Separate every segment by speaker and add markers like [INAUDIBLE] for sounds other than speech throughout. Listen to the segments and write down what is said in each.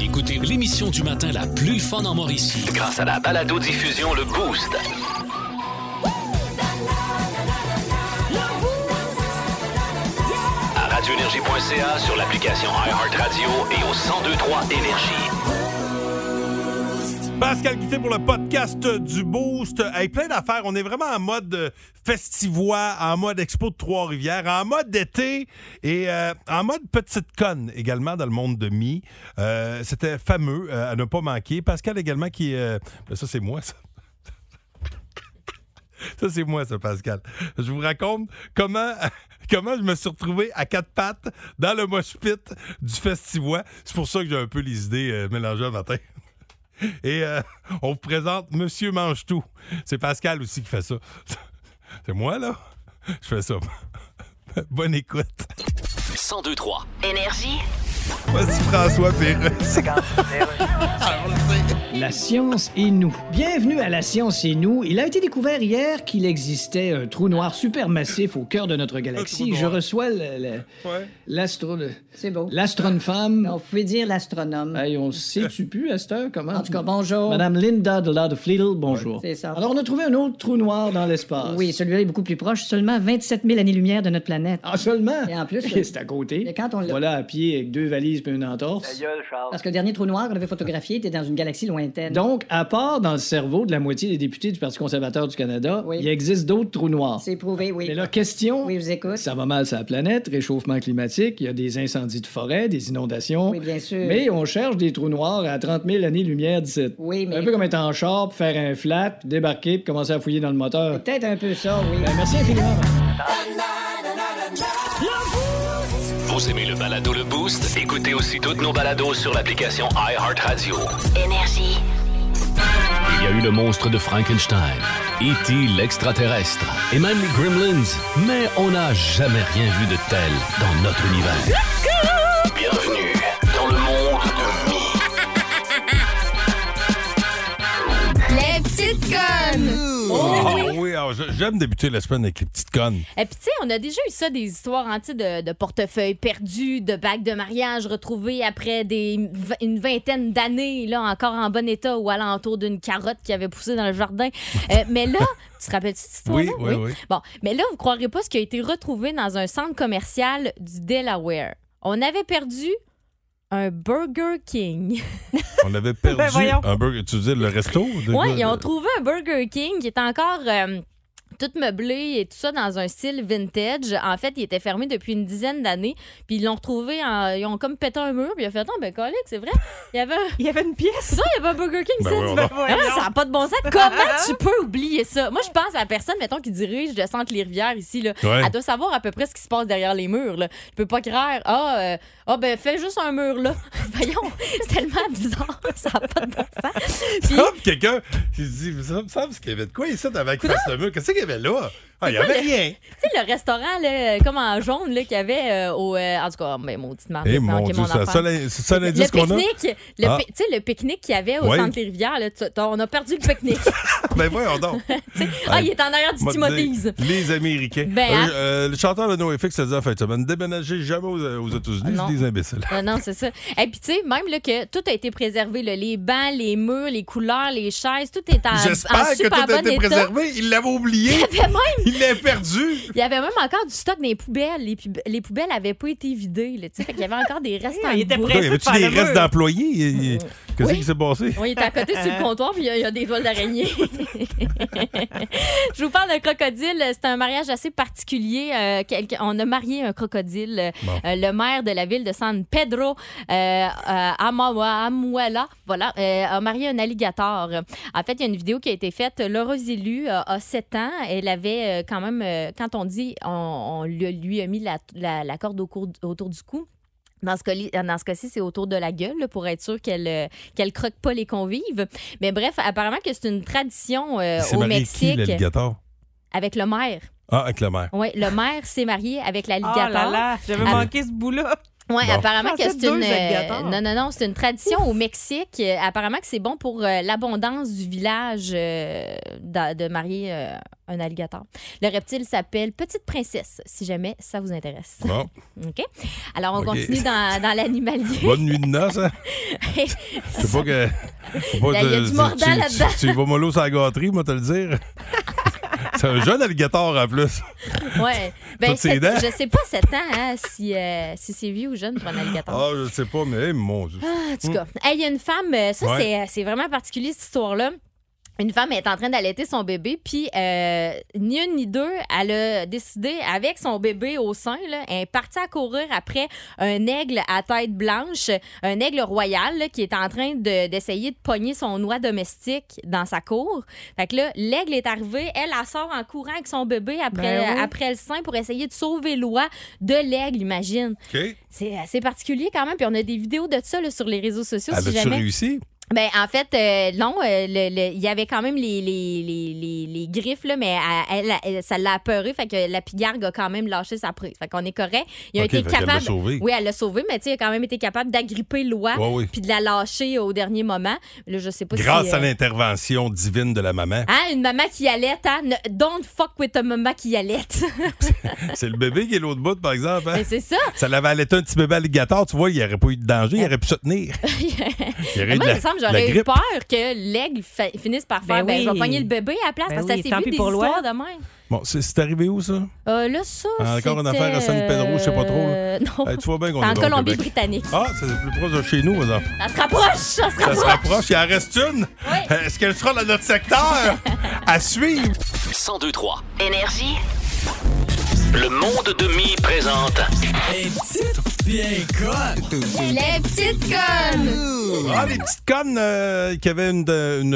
Speaker 1: Écoutez l'émission du matin la plus fun en Mauricie.
Speaker 2: Grâce à la balado diffusion le boost. À radioénergie.ca sur l'application iHeartRadio et au 1023 énergie.
Speaker 3: Pascal Guité pour le podcast du Boost. Hey, plein d'affaires. On est vraiment en mode euh, festivois, en mode expo de Trois-Rivières, en mode d'été et euh, en mode petite conne également dans le monde de mi. Euh, C'était fameux euh, à ne pas manquer. Pascal également qui. euh, ben ça, c'est moi, ça. [LAUGHS] Ça, c'est moi, ça, Pascal. Je vous raconte comment, [LAUGHS] comment je me suis retrouvé à quatre pattes dans le mosh pit du Festivois. C'est pour ça que j'ai un peu les idées euh, mélangées le matin. Et euh, [LAUGHS] on vous présente Monsieur Mange Tout. C'est Pascal aussi qui fait ça. [LAUGHS] C'est moi, là? Je fais ça. [LAUGHS] Bonne écoute.
Speaker 2: 1023
Speaker 4: Énergie.
Speaker 3: Voici François Pérez.
Speaker 5: La science et nous. Bienvenue à La science et nous. Il a été découvert hier qu'il existait un trou noir supermassif au cœur de notre galaxie.
Speaker 3: noir.
Speaker 5: Je reçois le- le- l'astro... le-
Speaker 6: C'est beau. Ben,
Speaker 5: l'astrone femme.
Speaker 6: On pouvait dire l'astronome.
Speaker 5: Hey, on sait-tu plus à cette heure comment?
Speaker 6: En tout cas, bonjour.
Speaker 5: Madame Linda de Lade Flittle, bonjour.
Speaker 6: C'est ça.
Speaker 5: Alors, on a trouvé un autre trou noir dans l'espace.
Speaker 6: Oui, celui-là est beaucoup plus proche, seulement 27 000 années-lumière de notre planète.
Speaker 5: Ah, seulement?
Speaker 6: Et en
Speaker 5: [LAUGHS]
Speaker 6: plus,
Speaker 5: c'est à côté.
Speaker 6: mais quand on l'a-
Speaker 5: Voilà, à pied, avec deux valises puis une entorse.
Speaker 6: Parce que le dernier trou noir qu'on avait photographié était dans une galaxie lointaine.
Speaker 5: Donc, à part dans le cerveau de la moitié des députés du Parti conservateur du Canada,
Speaker 6: Oui.
Speaker 5: il existe d'autres trous noirs.
Speaker 6: c'est prouvé, oui.
Speaker 5: Mais la question,
Speaker 6: Oui, je vous écoute.
Speaker 5: ça va mal sur la planète, réchauffement climatique, il y a des incendies de forêt, des inondations.
Speaker 6: Oui, bien sûr.
Speaker 5: Mais on cherche des trous noirs à 30 000 années-lumière d'ici.
Speaker 6: Oui, mais-
Speaker 5: Un peu comme être en char, puis faire un flap, puis débarquer, puis commencer à fouiller dans le moteur.
Speaker 6: Peut-être un peu ça, oui.
Speaker 5: Ben, merci infiniment.
Speaker 2: Vous aimez le balado le boost Écoutez aussi toutes nos balados sur l'application iHeartRadio.
Speaker 4: Énergie.
Speaker 2: Il y a eu le monstre de Frankenstein, E.T. l'extraterrestre et même les Gremlins, mais on n'a jamais rien vu de tel dans notre univers. Bienvenue dans le monde de Mi.
Speaker 7: Les petites connes!
Speaker 3: Ah oui, ah, je- j'aime débuter la semaine avec les petites connes.
Speaker 7: Et Eh, puis, tu sais, on a déjà eu ça, des histoires entières de, de portefeuilles perdus, de bagues de mariage retrouvées après des, une vingtaine d'années, là, encore en bon état ou alentour d'une carotte qui avait poussé dans le jardin. Euh, mais là, tu te rappelles-tu de cette
Speaker 3: Oui,
Speaker 7: histoire-là?
Speaker 3: oui, oui.
Speaker 7: Bon, mais là, vous croirez pas ce qui a été retrouvé dans un centre commercial du Delaware. On avait perdu un Burger King.
Speaker 3: On avait perdu
Speaker 7: [LAUGHS] Ben voyons.
Speaker 3: un burger. Tu veux dire le resto? de
Speaker 7: Oui,
Speaker 3: quoi?
Speaker 7: ils ont trouvé un Burger King qui est encore euh, tout meublé et tout ça dans un style vintage. En fait, il était fermé depuis une dizaine d'années. Puis ils l'ont retrouvé, en- ils ont comme pété un mur. Puis ils ont fait, non, ben, collègue, c'est vrai. Il y avait un...
Speaker 8: Il y avait une pièce.
Speaker 7: Non, il y avait un Burger King,
Speaker 3: Ben
Speaker 7: ça,
Speaker 3: oui,
Speaker 7: tu
Speaker 3: on
Speaker 7: vas-
Speaker 3: a-
Speaker 7: Ah, ça n'a pas de bon sens. Comment
Speaker 8: [LAUGHS]
Speaker 7: tu peux oublier ça? Moi, je pense à la personne, mettons, qui dirige le centre Les Rivières ici. Là.
Speaker 3: Ouais. [LAUGHS]
Speaker 7: Elle doit savoir à peu près ce qui se passe derrière les murs. Là. Je peux pas craire. Ah, euh, ah, ben, fais juste un mur, là. [LAUGHS] Voyons, c'est tellement bizarre. Ça n'a pas de bon sens.
Speaker 3: [LAUGHS]
Speaker 7: Puis-
Speaker 3: Hop, quelqu'un qui se dit, ça me semble qu'il y avait de quoi ici avec Fastemeux? Qu'est-ce qu'il y avait là? Ah, il n'y avait rien.
Speaker 7: Tu sais, le restaurant, là, comme en jaune, là, qu'il y avait euh, au. euh, en tout cas, mais maudite marde.
Speaker 3: Eh
Speaker 7: là,
Speaker 3: mon
Speaker 7: manqué
Speaker 3: Dieu,
Speaker 7: mon
Speaker 3: ça-
Speaker 7: affaire.
Speaker 3: ça, c'est ça
Speaker 7: le
Speaker 3: l'indice qu'on a?
Speaker 7: pique-nique, le
Speaker 3: Ah.
Speaker 7: pi- tu sais, le pique-nique qu'il y avait au
Speaker 3: Oui.
Speaker 7: centre des rivières, là, tu- t'as- on a perdu le pique-nique.
Speaker 3: [LAUGHS] Ben voyons donc.
Speaker 7: Tu sais, ah,
Speaker 3: Hey,
Speaker 7: il est en arrière du
Speaker 3: Moi,
Speaker 7: Timothée.
Speaker 3: dis, Les Américains.
Speaker 7: Ben,
Speaker 3: Euh,
Speaker 7: hein.
Speaker 3: euh, le chanteur de NoFX a dit en fin de semaine, déménagez jamais aux, euh, aux États-Unis,
Speaker 7: Ah, Non.
Speaker 3: c'est des imbéciles.
Speaker 7: Non, non, c'est ça. Et puis, tu sais, même là, que tout a été préservé, là, les bancs, les murs, les couleurs, les chaises, tout est en, en
Speaker 3: J'espère que
Speaker 7: super
Speaker 3: tout
Speaker 7: bon
Speaker 3: a été
Speaker 7: état.
Speaker 3: préservé. Il l'avait oublié.
Speaker 7: Il y avait même-
Speaker 3: Il l'a perdu.
Speaker 7: il y avait même encore du stock dans les poubelles. Les, pub- les poubelles n'avaient pas été vidées. Là, tu sais. fait qu'il y avait encore des restes en
Speaker 8: Il était
Speaker 7: bois.
Speaker 3: Il y
Speaker 8: pressé de
Speaker 3: avait-tu
Speaker 8: faire
Speaker 3: des
Speaker 8: le
Speaker 3: restes
Speaker 8: mur.
Speaker 3: d'employés? Il- il- Qu'est-ce
Speaker 7: Oui. Euh,
Speaker 3: qui s'est passé?
Speaker 7: On est à côté sur le comptoir, puis il y a- il y, a des toiles d'araignée. [LAUGHS] Je vous parle d'un crocodile. C'est un mariage assez particulier. Euh, quelqu'un- on a marié un crocodile. Euh,
Speaker 3: Bon.
Speaker 7: euh, le maire de la ville de San Pedro, euh, euh, Amawa- Amuela, voilà, euh, a marié un alligator. En fait, il y a une vidéo qui a été faite. Laura Zilu euh, a 7 ans. Elle avait euh, quand même, euh, quand on dit, on, on lui, lui a mis la, la- la corde au cour- autour du cou. Dans ce, coli- dans ce cas-ci, c'est autour de la gueule là, pour être sûr qu'elle euh, qu'elle croque pas les convives. Mais bref, apparemment que c'est une tradition euh,
Speaker 3: C'est
Speaker 7: au
Speaker 3: marié qui,
Speaker 7: Mexique
Speaker 3: l'alligator?
Speaker 7: avec le maire.
Speaker 3: Ah, avec la mère.
Speaker 7: Ouais, le maire s'est marié avec
Speaker 8: Oh
Speaker 7: l'alligator.
Speaker 8: là là, j'avais
Speaker 7: Ah.
Speaker 8: manqué ce bout-là.
Speaker 7: Oui,
Speaker 3: Bon.
Speaker 7: apparemment
Speaker 8: Ah,
Speaker 7: que
Speaker 8: c'est
Speaker 7: c'est
Speaker 8: deux
Speaker 7: une. euh,
Speaker 8: alligators.
Speaker 7: non, non, non, c'est une tradition au Mexique. Euh, Apparemment que c'est bon pour euh, l'abondance du village euh, d'a- de marier euh, un alligator. Le reptile s'appelle Petite Princesse, si jamais ça vous intéresse.
Speaker 3: Bon,
Speaker 7: [LAUGHS] OK? Alors, on
Speaker 3: OK.
Speaker 7: continue dans, dans l'animalier.
Speaker 3: bonne nuit de noces,
Speaker 7: [LAUGHS]
Speaker 3: hein? Je sais pas que. faut pas
Speaker 7: Il y a
Speaker 3: te-
Speaker 7: du
Speaker 3: tu-
Speaker 7: mordant
Speaker 3: tu- tu-
Speaker 7: là-dedans.
Speaker 3: Tu, vas mollo sur la gâterie, moi, te le
Speaker 7: [LAUGHS]
Speaker 3: dire. C'est un jeune alligator en plus.
Speaker 7: Ouais. Ben,
Speaker 3: Toutes ses
Speaker 7: sept-
Speaker 3: dents.
Speaker 7: je sais pas 7 ans hein, si, euh, si c'est vieux ou jeune pour un alligator.
Speaker 3: Ah, je sais pas, mais hey, mon Dieu.
Speaker 7: En tout cas, Hey, il y a une femme, euh, ça
Speaker 3: Ouais.
Speaker 7: c'est- c'est vraiment particulier cette histoire-là. Une femme est en train d'allaiter son bébé, puis euh, ni une ni deux, elle a décidé avec son bébé au sein, là, elle est partie à courir après un aigle à tête blanche, un aigle royal là, qui est en train de- d'essayer de, pogner son oie domestique dans sa cour. Fait que là, l'aigle est arrivé, elle, elle sort en courant avec son bébé après,
Speaker 6: Ben oui.
Speaker 7: après le sein pour essayer de sauver l'oie de l'aigle, imagine.
Speaker 3: OK.
Speaker 7: C'est assez particulier quand même. Puis on a des vidéos de ça là, sur les réseaux sociaux. si
Speaker 3: Avais-tu
Speaker 7: jamais.
Speaker 3: réussi?
Speaker 7: Ben, en fait, euh, non, euh, le- le- il y avait quand même les, les, les, les, les griffes, là, mais elle, elle- elle- ça l'a apeurée. Fait que la pigargue a quand même lâché sa prise. Fait qu'on est correct. Il a
Speaker 3: OK,
Speaker 7: été
Speaker 3: fait qu'elle l'a
Speaker 7: capable.
Speaker 3: sauvé.
Speaker 7: Oui, elle l'a sauvé, mais tu sais, il a quand même été capable d'agripper l'oie
Speaker 3: Ouais, oui.
Speaker 7: puis de la lâcher au dernier moment. Là, je sais pas
Speaker 3: Grâce
Speaker 7: si.
Speaker 3: à
Speaker 7: euh,
Speaker 3: l'intervention divine de la
Speaker 7: [LAUGHS]
Speaker 3: maman.
Speaker 7: Hein, une maman qui allait, hein? Ne- Don't fuck with a maman qui allait. [LAUGHS]
Speaker 3: C'est le bébé qui est l'autre bout, par exemple. hein?
Speaker 7: Mais c'est ça.
Speaker 3: Ça l'avait allaité un petit bébé alligator, tu vois, il n'y aurait pas eu de danger, il aurait pu se
Speaker 7: [LAUGHS]
Speaker 3: tenir. Il aurait eu
Speaker 7: Mais
Speaker 3: de
Speaker 7: moi, il
Speaker 3: la,
Speaker 7: me
Speaker 3: de
Speaker 7: semble que
Speaker 3: la
Speaker 7: j'aurais eu
Speaker 3: grippe.
Speaker 7: peur que l'aigle fa- finisse par faire
Speaker 6: Ben
Speaker 7: ben, je vais
Speaker 6: oui.
Speaker 7: pogner le bébé à la place
Speaker 6: Ben
Speaker 7: parce
Speaker 6: oui,
Speaker 7: que ça
Speaker 6: tant
Speaker 7: s'est vu
Speaker 6: pis
Speaker 7: des
Speaker 6: pour l'oie.
Speaker 7: histoires de même.
Speaker 3: Bon, c'est c'est arrivé où, ça?
Speaker 7: Euh, là, ça.
Speaker 3: Encore une
Speaker 7: c'était,
Speaker 3: affaire à San Pedro, je sais pas trop, là.
Speaker 7: euh, [LAUGHS] non.
Speaker 3: Hey, tu vois bien qu'on
Speaker 7: C'est
Speaker 3: est bon
Speaker 7: en
Speaker 3: au Québec.
Speaker 7: Colombie-Britannique.
Speaker 3: Ah, c'est plus proche de chez nous, maintenant.
Speaker 7: Ça se rapproche!
Speaker 3: Ça
Speaker 7: Ça se
Speaker 3: se
Speaker 7: rapproche!
Speaker 3: rapproche, il en reste une.
Speaker 7: Oui.
Speaker 3: Est-ce qu'elle sera dans notre secteur? à suivre.
Speaker 2: 1023.
Speaker 4: Énergie.
Speaker 2: Le monde de mi présente
Speaker 7: Les petites connes!
Speaker 3: Ah, les petites connes euh, qui avaient une, de- une,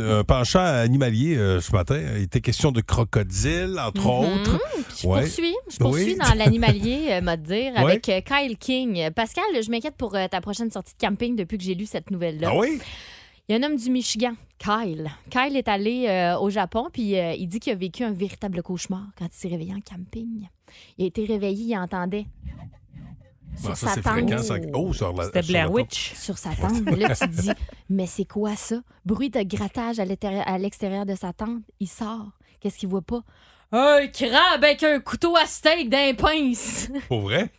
Speaker 3: euh, un penchant animalier euh, ce matin. Il était question de crocodile, entre
Speaker 7: Mm-hmm.
Speaker 3: autres.
Speaker 7: Mhm. Je
Speaker 3: Ouais.
Speaker 7: poursuis, je poursuis
Speaker 3: Oui.
Speaker 7: dans l'animalier, euh, m'a dire,
Speaker 3: Ouais.
Speaker 7: avec euh, Kyle King. Euh, Pascal, je m'inquiète pour euh, ta prochaine sortie de camping depuis que j'ai lu cette nouvelle-là.
Speaker 3: Ah oui?
Speaker 7: Il y a un homme du Michigan, Kyle. Kyle est allé euh, au Japon, puis euh, il dit qu'il a vécu un véritable cauchemar quand il s'est réveillé en camping. Il a été réveillé, il entendait.
Speaker 3: Ah,
Speaker 7: Sur
Speaker 3: ça,
Speaker 7: sa
Speaker 3: c'est
Speaker 7: tente.
Speaker 3: fréquent. Ça... Oh, sur la,
Speaker 6: C'était
Speaker 3: sur la
Speaker 6: Blair
Speaker 3: porte.
Speaker 6: Witch.
Speaker 7: Sur sa tente. Là, tu te
Speaker 3: [LAUGHS]
Speaker 7: dis, mais c'est quoi ça? Bruit de grattage à l'intérieur- à l'extérieur de sa tente. Il sort. Qu'est-ce qu'il voit pas? Un crabe avec un couteau à steak d'un pince. [LAUGHS]
Speaker 3: Pour vrai?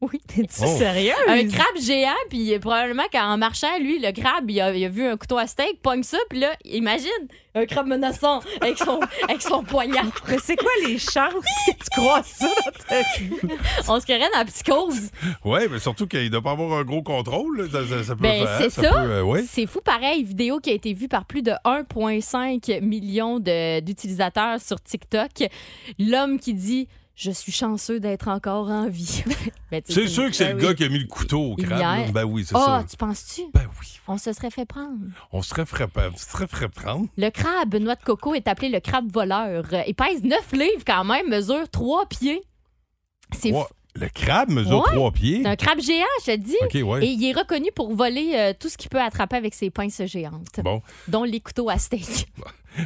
Speaker 7: Oui.
Speaker 6: [LAUGHS] T'es-tu
Speaker 3: Oh.
Speaker 6: sérieux?
Speaker 7: Un crabe géant, puis euh, probablement qu'en marchant, lui, le crabe, il a, il a vu un couteau à steak, pogne ça, puis là, imagine, un crabe menaçant
Speaker 3: [LAUGHS]
Speaker 7: avec son, avec son poignard.
Speaker 6: Mais c'est quoi les chances que tu crois ça dans ta vie?
Speaker 7: On se crée en psychose.
Speaker 3: Oui, mais surtout qu'il ne doit pas avoir un gros contrôle. là. Ça, ça- ça peut
Speaker 7: Ben,
Speaker 3: faire-
Speaker 7: c'est ça.
Speaker 3: peut, euh, ouais.
Speaker 7: C'est fou, pareil, vidéo qui a été vue par plus de 1,5 million de- d'utilisateurs sur TikTok. L'homme qui dit Je suis chanceux d'être encore en vie. [LAUGHS] Ben, tu sais,
Speaker 3: C'est sûr que c'est le
Speaker 7: ben
Speaker 3: gars
Speaker 7: oui.
Speaker 3: qui a mis le couteau au
Speaker 7: Il y
Speaker 3: crâne.
Speaker 7: a-
Speaker 3: là. Ben oui, c'est
Speaker 7: Ah,
Speaker 3: ça.
Speaker 7: tu penses-tu?
Speaker 3: Ben oui.
Speaker 7: On se serait fait prendre.
Speaker 3: On se ferait prendre.
Speaker 7: Le crabe noix de coco est appelé le crabe voleur. Euh, Il pèse 9 livres quand même, mesure 3 pieds. C'est
Speaker 3: Trois-
Speaker 7: fou.
Speaker 3: Le crabe mesure
Speaker 7: Ouais.
Speaker 3: trois pieds.
Speaker 7: C'est un crabe géant, je te dis.
Speaker 3: OK,
Speaker 7: Et
Speaker 3: ouais.
Speaker 7: il est reconnu pour voler euh, tout ce qu'il peut attraper avec ses pinces géantes,
Speaker 3: Bon.
Speaker 7: dont les couteaux à steak.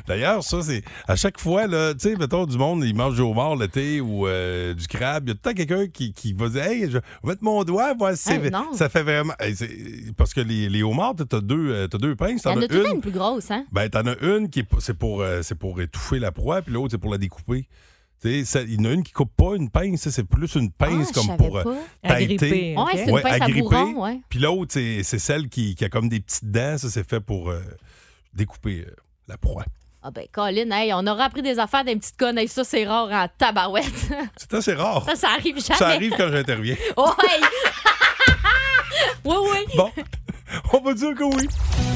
Speaker 3: D'ailleurs, ça, c'est. À chaque fois, là, tu sais, mettons, du monde, il mange du homard l'été ou euh, du crabe. Il y a tout le temps quelqu'un qui, qui va dire Hey, je vais mettre mon doigt, voir si
Speaker 7: Ah,
Speaker 3: c'est-
Speaker 7: non.
Speaker 3: ça fait vraiment. Hey, c'est- parce que les, les homards, t'as deux, euh, t'as deux pinces.
Speaker 7: Il y
Speaker 3: T'en
Speaker 7: en
Speaker 3: as
Speaker 7: a tout le temps
Speaker 3: une.
Speaker 7: une plus grosse, hein?
Speaker 3: Ben, t'en as une qui est, pour- c'est pour, euh, c'est pour étouffer la proie, puis l'autre, c'est pour la découper. Tu sais, ça- il y en a une qui coupe pas une pince, ça, c'est plus une pince
Speaker 7: Ah, je
Speaker 3: comme
Speaker 7: savais
Speaker 3: pour euh,
Speaker 7: pas.
Speaker 3: teinter.
Speaker 6: Agrippé.
Speaker 7: Ouais, c'est
Speaker 6: ok?
Speaker 7: une
Speaker 3: Ouais,
Speaker 7: pince à
Speaker 3: agrippée.
Speaker 7: bourron, ouais.
Speaker 3: Puis l'autre, c'est c'est celle qui, qui a comme des petites dents, ça, c'est fait pour euh, découper euh, la proie.
Speaker 7: Ah ben, Colin, hey, on aura appris des affaires d'un petit conne. Hey, ça, c'est rare en tabarouette. [LAUGHS]
Speaker 3: C'est assez rare.
Speaker 7: ça, ça arrive jamais.
Speaker 3: Ça arrive quand j'interviens.
Speaker 7: Ouais. [LAUGHS] oui, oui.
Speaker 3: Bon, [LAUGHS] on va dire que oui.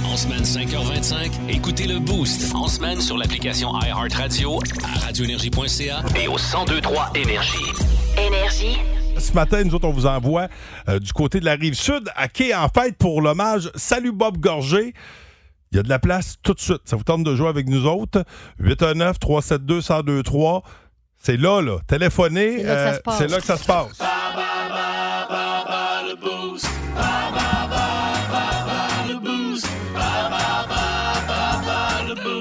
Speaker 2: En semaine 5h25, écoutez le Boost. En semaine sur l'application iHeartRadio à radioénergie.ca et au 1023 Énergie.
Speaker 4: Énergie.
Speaker 3: Ce matin, nous autres, on vous envoie euh, du côté de la rive sud à quai en fête pour l'hommage Salut Bob Gorgé. Il y a de la place tout de suite. Ça vous tente de jouer avec nous autres. 819-372-1023. C'est là, là. Téléphonez. euh,
Speaker 7: C'est là que ça se passe.
Speaker 3: c'est là que ça se passe.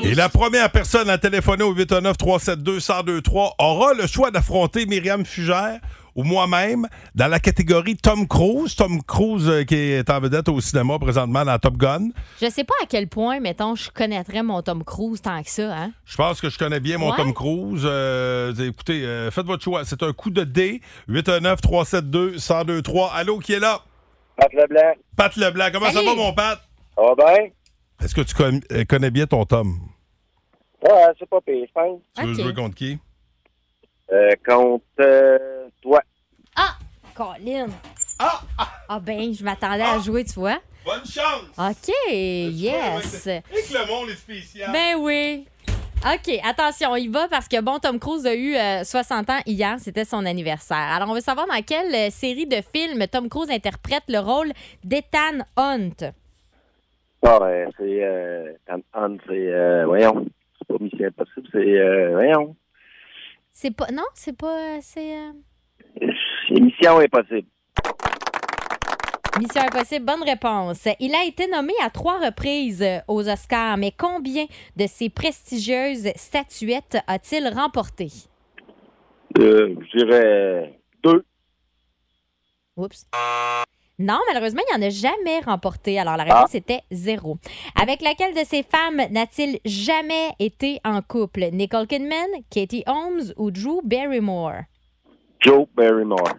Speaker 3: Et la première personne à téléphoner au 819-372-1023 aura le choix d'affronter Myriam Fugère ou moi-même dans la catégorie Tom Cruise. Tom Cruise euh, qui est en vedette au cinéma présentement dans Top Gun.
Speaker 7: Je sais pas à quel point, mettons, je connaîtrais mon Tom Cruise tant que ça, hein?
Speaker 3: Je pense que je connais bien mon
Speaker 7: Ouais.
Speaker 3: Tom Cruise. Euh, écoutez, euh, faites votre choix. C'est un coup de dé. 819-372-1023. Allô, qui est là?
Speaker 4: Pat Leblanc.
Speaker 3: Pat Leblanc. Comment
Speaker 7: Salut.
Speaker 3: ça va, mon Pat?
Speaker 4: Ça va bien?
Speaker 3: Est-ce que tu con- euh, connais bien ton Tom?
Speaker 4: Ouais, hein, c'est pas pire, je pense.
Speaker 3: Tu veux
Speaker 7: Ok.
Speaker 3: jouer contre qui?
Speaker 4: Euh, contre euh, toi.
Speaker 7: Colin! Ah! Ah ben, je m'attendais à jouer, tu vois.
Speaker 3: Bonne chance!
Speaker 7: OK, yes!
Speaker 3: Et que le monde est spécial.
Speaker 7: Ben oui! OK, attention, on y va parce que bon, Tom Cruise a eu euh, 60 ans hier, c'était son anniversaire. Alors, on veut savoir dans quelle euh, série de films Tom Cruise interprète le rôle d'Ethan Hunt.
Speaker 4: Bon, euh, c'est. Euh, Tom Hunt, c'est. Euh, voyons. C'est pas Mission Impossible, c'est. Euh, voyons.
Speaker 7: C'est pas. Non, c'est pas. euh, c'est. euh,
Speaker 4: C'est Mission Impossible.
Speaker 7: Mission Impossible, bonne réponse. Il a été nommé à trois reprises euh, aux Oscars, mais combien de ces prestigieuses statuettes a-t-il remporté?
Speaker 4: Euh, je dirais. euh, Deux.
Speaker 7: Oups. Non, malheureusement, il n'en a jamais remporté. Alors, la réponse était zéro. Avec laquelle de ces femmes n'a-t-il jamais été en couple? Nicole Kidman, Katie Holmes ou Drew Barrymore?
Speaker 4: Joe Barrymore.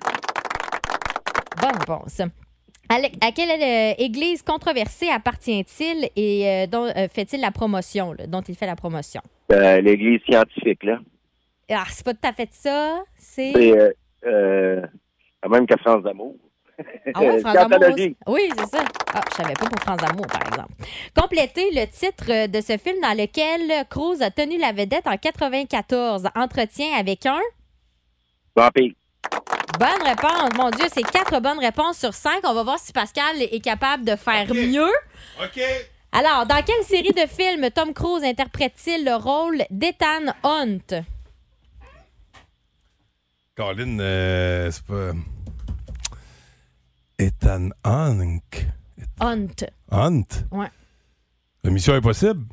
Speaker 7: Bonne réponse. À, le- à quelle euh, église controversée appartient-il et euh, dont euh, fait-il la promotion, là, dont il fait la promotion?
Speaker 4: Euh, L'église scientifique, là.
Speaker 7: Ah, c'est pas tout à fait ça. C'est.
Speaker 9: Ben,
Speaker 4: C'est. Euh, euh, la même que France d'amour.
Speaker 7: Ah ouais,
Speaker 4: Euh,
Speaker 7: France Amour
Speaker 4: Scientologie.
Speaker 7: aussi. Oui, c'est ça. Ah, je savais pas pour France Amour, par exemple. Complétez le titre euh, de ce film dans lequel Cruz a tenu la vedette en 94. Entretien avec un.
Speaker 4: Vampire.
Speaker 7: Bonne réponse. Mon Dieu, c'est quatre bonnes réponses sur cinq. On va voir si Pascal est capable de faire
Speaker 3: Ok.
Speaker 7: mieux.
Speaker 3: OK.
Speaker 7: Alors, dans quelle série de films Tom Cruise interprète-t-il le rôle d'Ethan Hunt?
Speaker 3: Colin, euh, c'est pas. Ethan Hunt.
Speaker 7: Hunt.
Speaker 3: Hunt?
Speaker 7: Ouais.
Speaker 3: La Mission Impossible?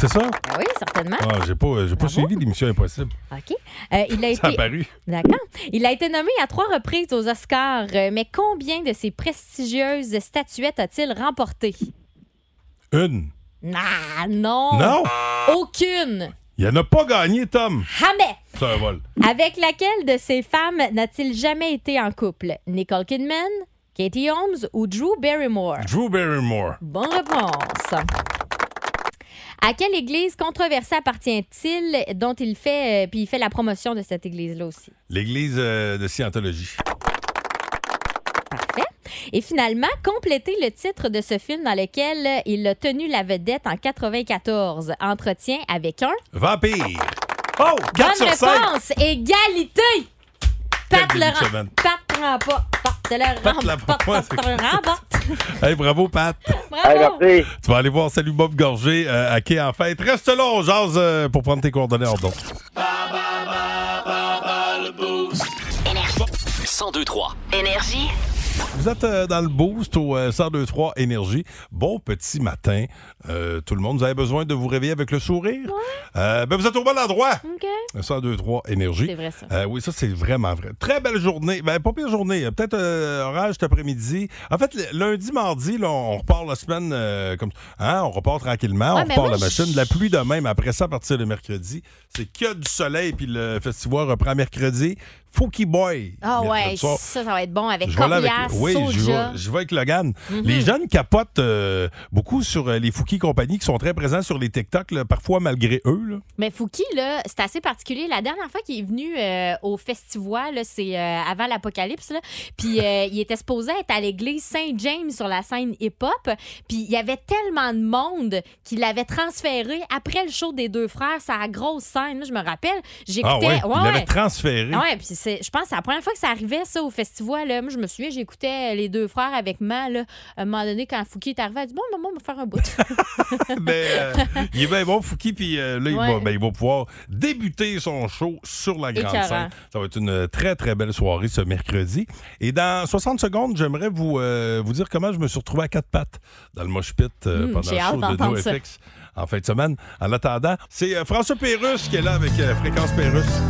Speaker 3: C'est ça?
Speaker 7: Ah oui, certainement.
Speaker 3: Ah, j'ai pas, j'ai pas
Speaker 7: Bravo.
Speaker 3: suivi l'émission Impossible.
Speaker 7: OK. Euh, il a
Speaker 3: Ah. Ça a
Speaker 7: été
Speaker 3: apparu.
Speaker 7: D'accord. Il a été nommé à trois reprises aux Oscars, euh, mais combien de ces prestigieuses statuettes a-t-il remporté?
Speaker 3: Une.
Speaker 7: Ah non!
Speaker 3: Non!
Speaker 7: Aucune!
Speaker 3: Il en a pas gagné, Tom.
Speaker 7: Jamais!
Speaker 3: C'est un vol.
Speaker 7: Avec laquelle de ces femmes n'a-t-il jamais été en couple? Nicole Kidman, Katie Holmes ou Drew Barrymore?
Speaker 3: Drew Barrymore.
Speaker 7: Bonne réponse. À quelle église controversée appartient-il dont il fait, euh, puis il fait la promotion de cette église-là aussi?
Speaker 3: L'église euh, de Scientologie.
Speaker 7: Parfait. Et finalement, complétez le titre de ce film dans lequel il a tenu la vedette en 94. Entretien avec un.
Speaker 3: Vampire. Oh! 4
Speaker 7: Bonne
Speaker 3: sur 5.
Speaker 7: réponse! Égalité!
Speaker 3: Quel
Speaker 7: Pat
Speaker 3: début
Speaker 7: le
Speaker 3: de semaine.
Speaker 7: rem- Pat prend pas. Pat te le
Speaker 3: Pat
Speaker 7: rem-
Speaker 3: la-
Speaker 7: Pat-
Speaker 3: Ouais,
Speaker 7: Pat
Speaker 3: c'est-
Speaker 7: te le remporte.
Speaker 3: Hey, bravo, Pat.
Speaker 4: Hey,
Speaker 7: Bravo!
Speaker 4: merci.
Speaker 3: Tu vas aller voir Salut Bob Gorgé euh, à Quai en fête. Reste là, on jase euh, pour prendre tes coordonnées en don.
Speaker 2: 1023.
Speaker 8: Énergie.
Speaker 3: Vous êtes euh, dans le boost au euh, 1023 Énergie. Bon petit matin, euh, tout le monde. Vous avez besoin de vous réveiller avec le sourire? Euh, ben vous êtes au bon endroit.
Speaker 7: OK.
Speaker 3: 1023 Énergie.
Speaker 7: C'est vrai, ça.
Speaker 3: Euh, oui, ça, c'est vraiment vrai. Très belle journée. Ben, pas pire journée. Euh, Peut-être euh, orage cet après-midi. En fait, le- lundi, mardi, là, on repart la semaine euh, comme hein, On repart tranquillement.
Speaker 7: Ouais,
Speaker 3: on
Speaker 7: mais
Speaker 3: repart
Speaker 7: moi,
Speaker 3: la machine.
Speaker 7: je-
Speaker 3: La pluie de même. Après ça, à partir de mercredi, c'est que du soleil. Puis le festival reprend mercredi. Faut qu'il boy.
Speaker 7: Ah
Speaker 3: mercredi
Speaker 7: ouais,
Speaker 3: soir.
Speaker 7: ça, ça va être bon avec
Speaker 3: Je vais là avec-
Speaker 7: coriace,
Speaker 3: oui, je vais,
Speaker 7: soja.
Speaker 3: je vais avec Logan.
Speaker 7: Mhm.
Speaker 3: Les jeunes capotent euh, beaucoup sur euh, les Fouki compagnie qui sont très présents sur les TikTok, là, parfois malgré eux. là.
Speaker 7: Mais Fouki, là, c'est assez particulier. La dernière fois qu'il est venu euh, au festival, là, c'est euh, avant l'Apocalypse, là. puis euh, [LAUGHS] il était supposé être à l'église Saint-James sur la scène hip-hop, puis il y avait tellement de monde qu'il l'avait transféré après le show des deux frères, sa grosse scène, là, je me rappelle.
Speaker 3: Ah ouais,
Speaker 7: J'écoutais... ouais,
Speaker 3: ils l'avaient
Speaker 7: ouais.
Speaker 3: transféré.
Speaker 7: Ouais, puis c'est- je pense que c'est la première fois que ça arrivait, ça, au festival. Là. Moi, je me souviens, j'écoutais les deux frères avec Ma, là, à un moment donné, quand Fouki est arrivé, elle dit Bon, maman, on va faire un bout.
Speaker 3: [LAUGHS] Mais euh, il est bien bon, Fouki, puis euh, là, il, va,
Speaker 7: Ouais.
Speaker 3: ben, il va pouvoir débuter son show sur la grande
Speaker 7: Écœurant.
Speaker 3: scène. Ça va être une très, très belle soirée ce mercredi. Et dans 60 secondes, j'aimerais vous, euh, vous dire comment je me suis retrouvé à quatre pattes dans le mosh pit euh,
Speaker 7: Hmm,
Speaker 3: pendant
Speaker 7: j'ai hâte
Speaker 3: le show
Speaker 7: d'entendre
Speaker 3: de
Speaker 7: ça.
Speaker 3: NoFX en fin de semaine. En attendant, c'est euh, François Pérusse qui est là avec euh, Fréquence Pérusse.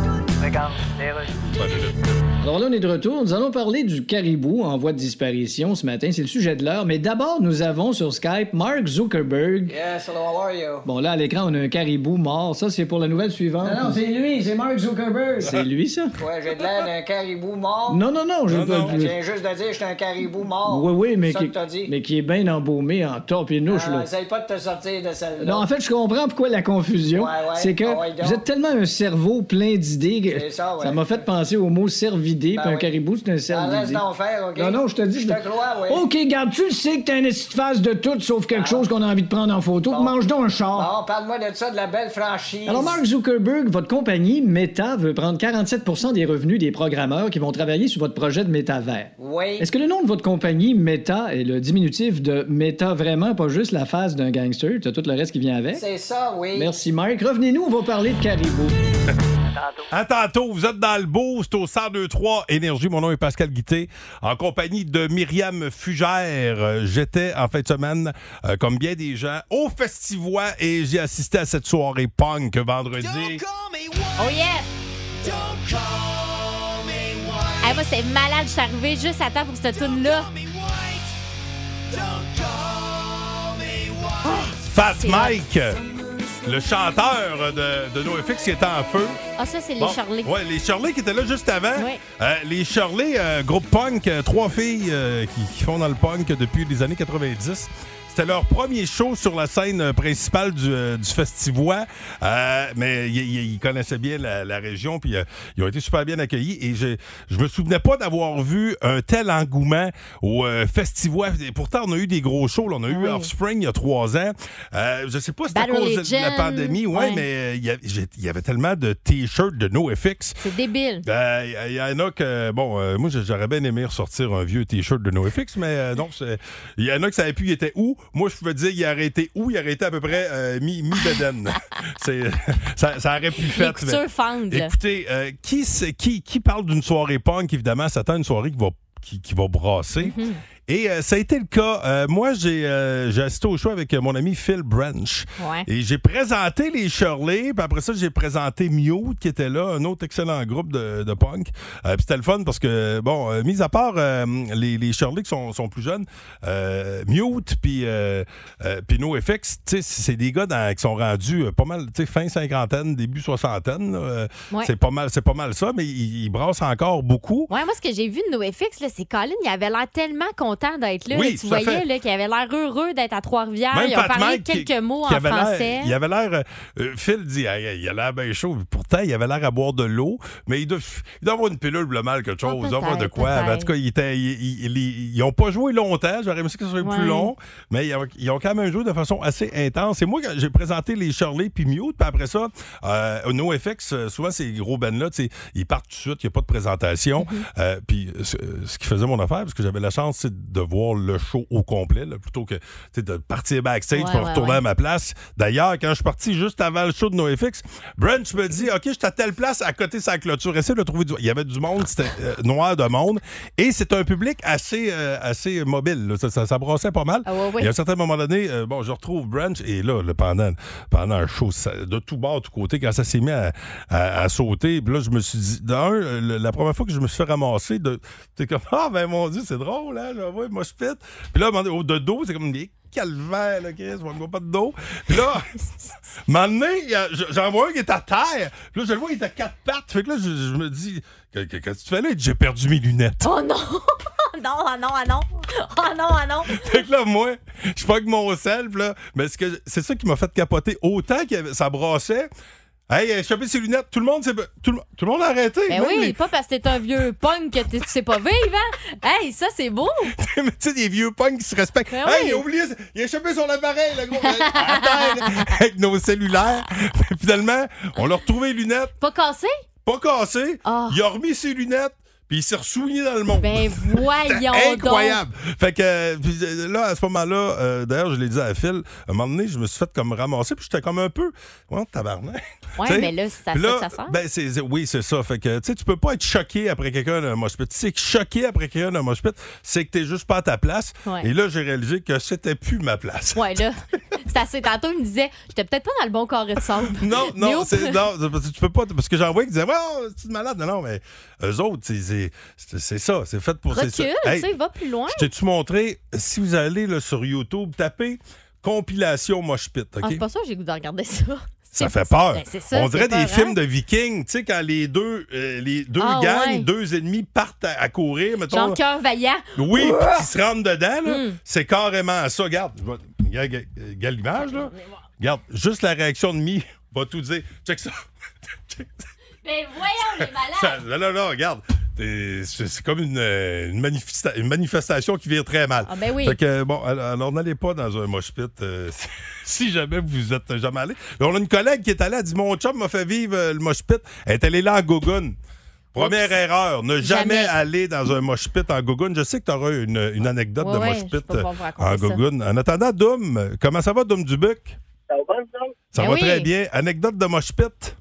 Speaker 5: Alors là, on est de retour. Nous allons parler du caribou en voie de disparition ce matin. C'est le sujet de l'heure. Mais d'abord, nous avons sur Skype Mark Zuckerberg.
Speaker 8: Yes, hello, how are you?
Speaker 5: Bon, là, à l'écran, on a un caribou mort. Ça, c'est pour la nouvelle suivante.
Speaker 6: Ah
Speaker 8: Non, non, c'est lui, c'est Mark Zuckerberg.
Speaker 5: C'est lui, ça?
Speaker 8: Ouais, j'ai de l'air d'un caribou mort.
Speaker 5: Non, non, non, je
Speaker 3: Non,
Speaker 5: pas
Speaker 3: non.
Speaker 8: Je viens juste de dire que j'étais un caribou mort.
Speaker 5: Oui, oui, mais
Speaker 8: C'est ça
Speaker 5: qui,
Speaker 8: que t'as dit.
Speaker 5: mais qui est bien embaumé en torpe et nouche,
Speaker 8: Ah,
Speaker 5: là.
Speaker 8: essaye pas de te sortir de celle-là.
Speaker 5: Non, en fait, je comprends pourquoi la confusion.
Speaker 8: Ouais, ouais.
Speaker 5: C'est que
Speaker 8: Ah ouais, donc.
Speaker 5: vous êtes tellement un cerveau plein d'idées que
Speaker 8: C'est ça, ouais.
Speaker 5: m'a fait penser au mot cervidé,
Speaker 8: Ben
Speaker 5: puis un
Speaker 8: oui.
Speaker 5: caribou, c'est un
Speaker 8: Ah, reste
Speaker 5: cervidé.
Speaker 8: d'en faire, OK?
Speaker 5: Non, non, je Oh, te dis.
Speaker 8: Je te crois, Ah. oui.
Speaker 5: OK, garde, tu le sais que t'as une petite face de tout sauf quelque chose qu'on a envie de prendre en photo. Mange donc un char.
Speaker 8: Bon, Ah, parle-moi de ça, de la belle franchise.
Speaker 5: Alors, Mark Zuckerberg, votre compagnie Meta veut prendre 47 des revenus des programmeurs qui vont travailler sur votre projet de métavers.
Speaker 8: Oui.
Speaker 5: Est-ce que le nom de votre compagnie Meta est le diminutif de Meta vraiment, pas juste la face d'un gangster? T'as tout le reste qui vient avec?
Speaker 8: C'est ça, oui.
Speaker 5: Merci, Mike. Revenez-nous, on va parler de caribou.
Speaker 3: À tantôt, vous êtes dans le boost au 1023 Énergie. Mon nom est Pascal Guité, en compagnie de Myriam Fugère. Euh, J'étais en fin de semaine, euh, comme bien des gens, au Festivois et j'ai assisté à cette soirée punk vendredi.
Speaker 7: Oh yes! Hey, moi, c'était malade. Je suis arrivée juste à temps pour cette tune-là.
Speaker 3: Fat
Speaker 7: C'est
Speaker 3: Mike, le chanteur de, de NoFX qui était en feu.
Speaker 7: Ah, ça, c'est les
Speaker 3: Bon,
Speaker 7: Charlets.
Speaker 3: Ouais, les Shirley qui étaient là juste avant.
Speaker 7: Ouais.
Speaker 3: Euh, les Shirley, euh, groupe punk, euh, trois filles euh, qui, qui font dans le punk depuis les années 90. C'était leur premier show sur la scène euh, principale du, euh, du Festivois, Euh, mais ils- ils ils connaissaient bien la, la région, puis euh, ils ont été super bien accueillis. Et je, je me souvenais pas d'avoir vu un tel engouement au euh, Festivois. Et pourtant, on a eu des gros shows. là. On a eu
Speaker 7: Ah Oui.
Speaker 3: Offspring il y a trois ans. Euh, je sais pas si c'était à
Speaker 7: Battle
Speaker 3: cause de la
Speaker 7: Legion.
Speaker 3: pandémie, ouais,
Speaker 7: Ouais.
Speaker 3: mais euh, il y, avait- j'ai- il y avait tellement de t-shirts de NoFX.
Speaker 7: C'est débile.
Speaker 3: Euh, Il y en a que, bon, euh, moi j'aurais bien aimé ressortir un vieux t-shirt de NoFX, mais euh, non, c'est- il y en a qui savaient plus il était où. Moi, je pouvais dire il aurait été où, il aurait été à peu près euh, mi-
Speaker 7: [LAUGHS]
Speaker 3: mi-beden. C'est- ça, ça aurait pu
Speaker 7: Les
Speaker 3: faire.
Speaker 7: coutures fendent.
Speaker 3: Écoutez, euh, qui, se- qui, qui parle d'une soirée punk, évidemment, s'attend à une soirée qui va, qui, qui va brasser.
Speaker 7: Mm-hmm.
Speaker 3: Et euh, ça a été le cas. Euh, moi, j'ai euh, j'ai assisté au show avec euh, mon ami Phil Branch.
Speaker 7: Ouais.
Speaker 3: Et j'ai présenté les Shirley, puis après ça, j'ai présenté Mute, qui était là, un autre excellent groupe de, de punk. Euh, puis c'était le fun parce que, bon, euh, mis à part euh, les, les Shirley qui sont, sont plus jeunes, euh, Mute puis euh, euh, puis NoFX, tu sais, c'est des gars dans- qui sont rendus euh, pas mal, tu sais, fin cinquantaine, début soixantaine. là. Euh,
Speaker 7: Ouais.
Speaker 3: C'est pas mal, c'est pas mal ça, mais ils, ils brassent encore beaucoup.
Speaker 7: Ouais, moi, ce que j'ai vu de NoFX, là, c'est Colin, il avait l'air tellement content d'être là.
Speaker 3: Oui,
Speaker 7: là. tu
Speaker 3: tout à
Speaker 7: voyais
Speaker 3: fait.
Speaker 7: là, qu'il avait l'air heureux d'être à Trois-Rivières.
Speaker 3: Même
Speaker 7: Il
Speaker 3: Fat
Speaker 7: a parlé
Speaker 3: Mike qui-
Speaker 7: quelques mots
Speaker 3: qui
Speaker 7: en
Speaker 3: avait l'air-
Speaker 7: français.
Speaker 3: Il avait l'air. euh, euh, Phil dit, Hey, hey, il a l'air bien chaud. Pourtant, il avait l'air à boire de l'eau, mais il doit, il doit avoir une pilule, le mal, quelque
Speaker 7: Ah,
Speaker 3: chose. il doit avoir de
Speaker 7: peut-être,
Speaker 3: quoi. Ben,
Speaker 7: peut-être.
Speaker 3: en tout cas, il était- il- il- il- il- ils n'ont pas joué longtemps. J'aurais aimé ça que ce soit
Speaker 7: Ouais.
Speaker 3: plus long, mais ils ont, ils ont quand même joué de façon assez intense. Et moi, quand j'ai présenté les Shirley puis Mute, puis après ça, euh, NoFX, euh, souvent, ces gros bands-là, tu sais, ils partent tout de suite, il n'y a pas de présentation.
Speaker 7: Mm-hmm.
Speaker 3: Euh, puis ce, ce qui faisait mon affaire, parce que j'avais la chance c'est de voir le show au complet, là, plutôt que tu sais, de partir backstage
Speaker 7: Ouais,
Speaker 3: pour
Speaker 7: ouais,
Speaker 3: retourner
Speaker 7: ouais.
Speaker 3: à ma place. D'ailleurs, quand je suis parti juste avant le show de NoFX, Brunch me dit OK, je suis à telle place à côté de sa clôture. Essaye de trouver du. Il y avait du monde, c'était euh, noir de monde. Et c'est un public assez, euh, assez mobile. là. Ça, ça, ça brassait pas mal.
Speaker 7: Ah ouais, ouais.
Speaker 3: Et à un certain moment donné, euh, bon, je retrouve Branch et là, le pendant, pendant un show, ça- de tout bord, de tout côté, quand ça s'est mis à, à- à sauter, puis là, je me suis dit, d'un, euh, le- la première fois que je me suis fait ramasser, de- c'est comme, ah, ben mon Dieu, c'est drôle, hein, là, ouais, moi, je pète. Puis là, à un moment donné, au- de dos, c'est comme, mais calvaire, là, Chris, on voit pas de dos. Puis là, M'emmener, j'en vois un qui est à terre. Puis là, je le vois, il est à quatre pattes. Fait que là, je, je me dis, qu'est-ce que tu fais là? Il dit, J'ai perdu mes lunettes.
Speaker 7: Oh non! [LAUGHS] non, ah non, ah non! Ah non, ah non!
Speaker 3: [LAUGHS] Fait que là, moi, je que mon sel. puis là, mais ce que je- c'est ça qui m'a fait capoter autant que ça brassait. Hey, euh, il a échappé ses lunettes. Tout le monde, s'est- tout le, tout le monde a arrêté.
Speaker 7: Ben
Speaker 3: Même
Speaker 7: oui,
Speaker 3: les- [LAUGHS]
Speaker 7: pas parce que t'es un vieux punk que t'es- tu sais pas vivre, hein? Hey, ça, c'est beau!
Speaker 3: Mais tu sais, des vieux punks qui se respectent.
Speaker 7: Ben
Speaker 3: hey,
Speaker 7: oui.
Speaker 3: il a oublié, il a échappé son appareil, le gros. [LAUGHS] à terre, avec nos cellulaires. [LAUGHS] Puis finalement, on l'a retrouvé les lunettes,
Speaker 7: Pas cassé?
Speaker 3: pas cassées.
Speaker 7: Ah.
Speaker 3: Il a remis ses lunettes, puis il s'est ressouillé dans le monde.
Speaker 7: Ben voyons
Speaker 3: Oh. [LAUGHS] C'était
Speaker 7: donc!
Speaker 3: incroyable. Fait que euh, puis, euh, là, à ce moment-là, euh, d'ailleurs, je l'ai dit à Phil, à un moment donné, je me suis fait comme ramasser, puis j'étais comme un peu, ouais, tabarnak.
Speaker 7: Ouais,
Speaker 3: Tu sais,
Speaker 7: mais là, c'est à
Speaker 3: Puis
Speaker 7: ça
Speaker 3: là,
Speaker 7: que ça sert.
Speaker 3: ben, c'est, c'est- oui, c'est ça. Fait que, tu sais, tu peux pas être choqué après quelqu'un d'un mosh pit. Tu sais que choqué après quelqu'un d'un mosh pit, c'est que t'es juste pas à ta place.
Speaker 7: Ouais.
Speaker 3: Et là, j'ai réalisé que c'était plus ma place.
Speaker 7: Ouais, là, C'est assez. Tantôt, il me disait, j'étais peut-être pas dans le bon carré de sable.
Speaker 3: [LAUGHS] [LAUGHS] Non,
Speaker 7: Mais
Speaker 3: non,
Speaker 7: au-
Speaker 3: c'est, non, c'est parce que tu peux pas. Parce que j'en vois qui disaient, ouais, oh, c'est une malade. Non, non, mais eux autres, c'est, c'est, c'est- c'est ça. C'est fait pour. c'est ça.
Speaker 7: Recule,
Speaker 3: Hey,
Speaker 7: tu sais, va plus loin.
Speaker 3: Je t'ai-tu montré, si vous allez là, sur YouTube, tapez compilation Mosh Pit, OK?
Speaker 7: Ah, c'est pas ça, j'ai le goût de regarder ça.
Speaker 3: Ça fait peur.
Speaker 7: Ben, c'est ça,
Speaker 3: On dirait
Speaker 7: c'est
Speaker 3: des
Speaker 7: peur,
Speaker 3: films
Speaker 7: hein?
Speaker 3: de vikings, tu sais, quand les deux, euh, les deux
Speaker 7: Ah,
Speaker 3: gangs,
Speaker 7: ouais.
Speaker 3: deux ennemis partent à, à courir, mettons.
Speaker 7: Genre cœur vaillant.
Speaker 3: Oui, puis qui se rentrent dedans, là,
Speaker 7: Mm.
Speaker 3: c'est carrément ça. Regarde, je vais- regarde, regarde, regarde l'image, là. Regarde, juste la réaction de Mi [LAUGHS] va tout dire. Check ça. Check
Speaker 7: Mais voyons, les malades!
Speaker 3: ça. Là, là, là, regarde. T'es- C'est c'est comme une, euh, une, manifesta- une manifestation qui vient très mal.
Speaker 7: Ah ben oui.
Speaker 3: Fait que, bon, alors alors, n'allez pas dans un mosh pit euh, [LAUGHS] si jamais vous êtes jamais allé. On a une collègue qui est allée, elle dit Mon chum m'a fait vivre euh, le mosh pit. Elle est allée là en gogoune. Première
Speaker 7: Oups.
Speaker 3: erreur, ne jamais,
Speaker 7: Jamais.
Speaker 3: aller dans un mosh pit en gogoune. Je sais que tu auras une, une anecdote
Speaker 7: Ouais,
Speaker 3: de
Speaker 7: ouais,
Speaker 3: mosh
Speaker 7: je vais
Speaker 3: pit
Speaker 7: pouvoir vous
Speaker 3: euh,
Speaker 7: raconter
Speaker 3: en
Speaker 7: ça.
Speaker 3: gogoune. En attendant, Doom, comment ça va, Doom Dubuc?
Speaker 9: Ça va bien, vous autres?
Speaker 3: Ça
Speaker 7: Ben
Speaker 3: va
Speaker 7: oui.
Speaker 3: très bien. Anecdote de mosh pit?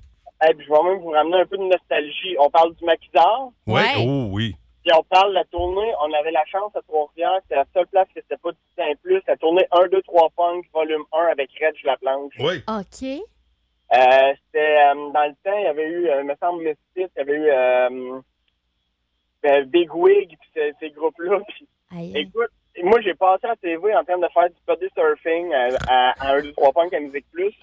Speaker 9: Eh, puis je vais même vous ramener un peu de nostalgie. On parle du maquisard,
Speaker 3: Ouais.
Speaker 7: Ouais.
Speaker 3: Oh oui.
Speaker 9: puis on parle de la tournée. On avait la chance à Trois-Rivières, c'était la seule place qui n'était pas 10 ans et plus. La tournée 1, 2, 3 Funk, volume 1 avec Reg Laplanche.
Speaker 3: Oui.
Speaker 7: OK.
Speaker 9: Euh, c'était euh, dans le temps, il y avait eu, euh, me semble, Misfits, il y avait eu euh, ben, Big Wig, puis ces, ces groupes-là. [LAUGHS] Puis,
Speaker 7: Aïe.
Speaker 9: Mm-hmm. Écoute, moi, j'ai passé à TV en train de faire du body surfing à, à, à 1, 2, 3 Funk à Musique Plus.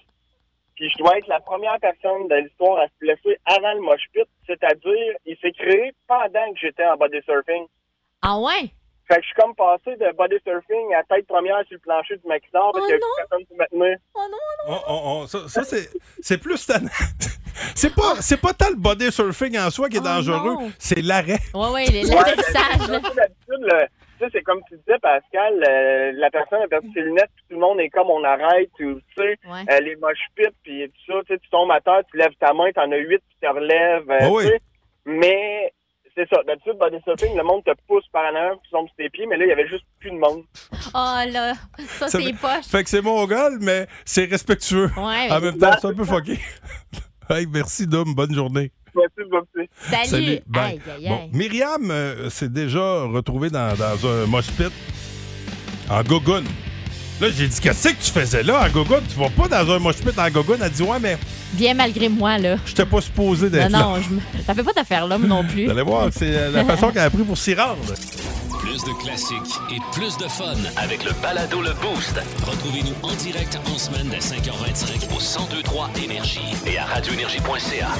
Speaker 9: Puis je dois être la première personne de l'histoire à se blesser avant le mosh pit, c'est-à-dire il s'est créé pendant que j'étais en body surfing.
Speaker 7: Ah ouais?
Speaker 9: Fait que je suis comme passé de body surfing à tête première sur le plancher du maquisard parce
Speaker 7: Oh
Speaker 9: qu'il y a
Speaker 7: non!
Speaker 9: plus personne pour me tenir.
Speaker 7: Oh non!
Speaker 3: On- on- on- ça, ça, c'est, c'est plus tannant. [LAUGHS] C'est pas, c'est pas tant le body surfing en soi qui est
Speaker 7: Oh
Speaker 3: dangereux,
Speaker 7: non.
Speaker 3: c'est l'arrêt. [LAUGHS]
Speaker 7: Ouais, ouais, les-
Speaker 9: Ouais, mais
Speaker 7: l'atterrissage, là.
Speaker 9: c'est ça, d'habitude, le- tu sais, c'est comme tu disais, Pascal, euh, la personne a perdu ses lunettes, puis tout le monde est comme on arrête, ou, tu sais,
Speaker 7: Ouais.
Speaker 9: euh, les moches pits, puis tout ça, tu sais, tu tombes à terre, tu lèves ta main, t'en as huit, puis tu te relèves. euh,
Speaker 3: Ah oui.
Speaker 9: tu sais. Mais c'est ça, d'habitude, body surfing, le monde te pousse par en arrière, puis tu tombes sur tes pieds, mais là, il y avait juste plus de monde.
Speaker 7: Oh là, ça,
Speaker 3: Ça
Speaker 7: c'est
Speaker 3: fait-
Speaker 7: poche.
Speaker 3: Fait que c'est mon goal, mais c'est respectueux.
Speaker 7: Ouais,
Speaker 3: En
Speaker 7: mais-
Speaker 3: même temps, c'est un peu fucké. [LAUGHS] Hey, merci, Dom. Bonne journée.
Speaker 9: Merci, merci.
Speaker 7: salut.
Speaker 3: Bye.
Speaker 7: Aïe, aïe,
Speaker 3: Bon,
Speaker 7: aïe.
Speaker 3: Myriam euh, s'est déjà retrouvée dans, dans un mosh pit en gogoune. Là, j'ai dit, qu'est-ce que tu faisais là en gogoune? Tu vas pas dans un mosh pit en gogoune? Elle dit, ouais, mais
Speaker 7: Bien malgré moi, là.
Speaker 3: j'étais pas supposé d'être
Speaker 7: Non,
Speaker 3: là.
Speaker 7: non, je me... ça fait pas d'affaire
Speaker 3: [LAUGHS]
Speaker 7: l'homme non plus.
Speaker 3: Vous allez voir, c'est euh, la façon qu'elle a pris pour s'y rendre.
Speaker 2: Plus de classiques et plus de fun.
Speaker 1: Avec le balado Le Boost
Speaker 2: Retrouvez-nous en direct en semaine dès 5h25
Speaker 1: au 1023 Énergie
Speaker 2: et à radioénergie.ca.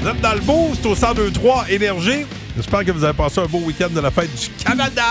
Speaker 3: Vous êtes dans le boost au 1023 Énergie. J'espère que vous avez passé un beau week-end de la fête du Canada.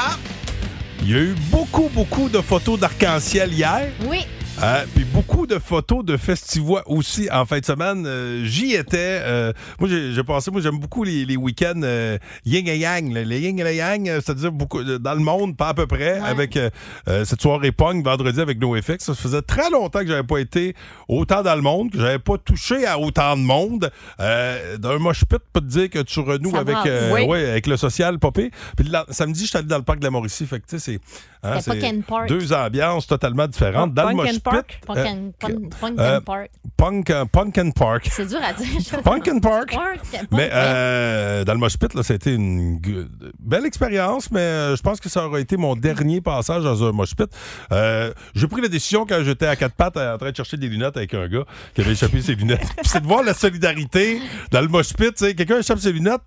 Speaker 3: Il y a eu beaucoup, beaucoup de photos d'arc-en-ciel hier.
Speaker 7: Oui,
Speaker 3: Euh, Puis beaucoup de photos de festivois aussi en fin de semaine. Euh, J'y étais. euh, moi, j'ai j'ai passé, moi, j'aime beaucoup les, les week-ends euh, yin et yang. là. Les yin et les yang, euh, c'est-à-dire beaucoup euh, dans le monde, pas à peu près, avec euh, euh, cette soirée pong vendredi avec NoFX. Ça faisait très longtemps que j'avais pas été autant dans le monde, que j'avais pas touché à autant de monde. Euh, D'un moche pit, pas te dire que tu renoues
Speaker 7: Ça
Speaker 3: avec, euh,
Speaker 7: brasse.
Speaker 6: Oui.
Speaker 3: ouais, avec le social, popé. Puis le- samedi, je suis allé dans le parc de la Mauricie. Fait que, tu sais, c'est. hein,
Speaker 7: C'était pas
Speaker 3: c'est
Speaker 7: Ken Park.
Speaker 3: deux ambiances totalement différentes. Dans le
Speaker 6: Punk and
Speaker 3: mosh pit,
Speaker 6: Park?
Speaker 7: Punk
Speaker 3: euh,
Speaker 7: and, punk, punk
Speaker 3: euh,
Speaker 7: and Park.
Speaker 3: Punk, euh, Punk and Park.
Speaker 7: C'est dur à dire. je-
Speaker 3: Punk and Park.
Speaker 7: Punk, punk,
Speaker 3: Mais euh, dans le mosh pit, là, ça a été une gu- belle expérience, mais euh, je pense que ça aurait été mon dernier passage dans un mosh pit. Euh, J'ai pris la décision quand j'étais à quatre pattes euh, en train de chercher des lunettes avec un gars qui avait échappé ses lunettes. [LAUGHS] Puis c'est de voir la solidarité dans le mosh pit. tu sais, Quelqu'un échappe ses lunettes,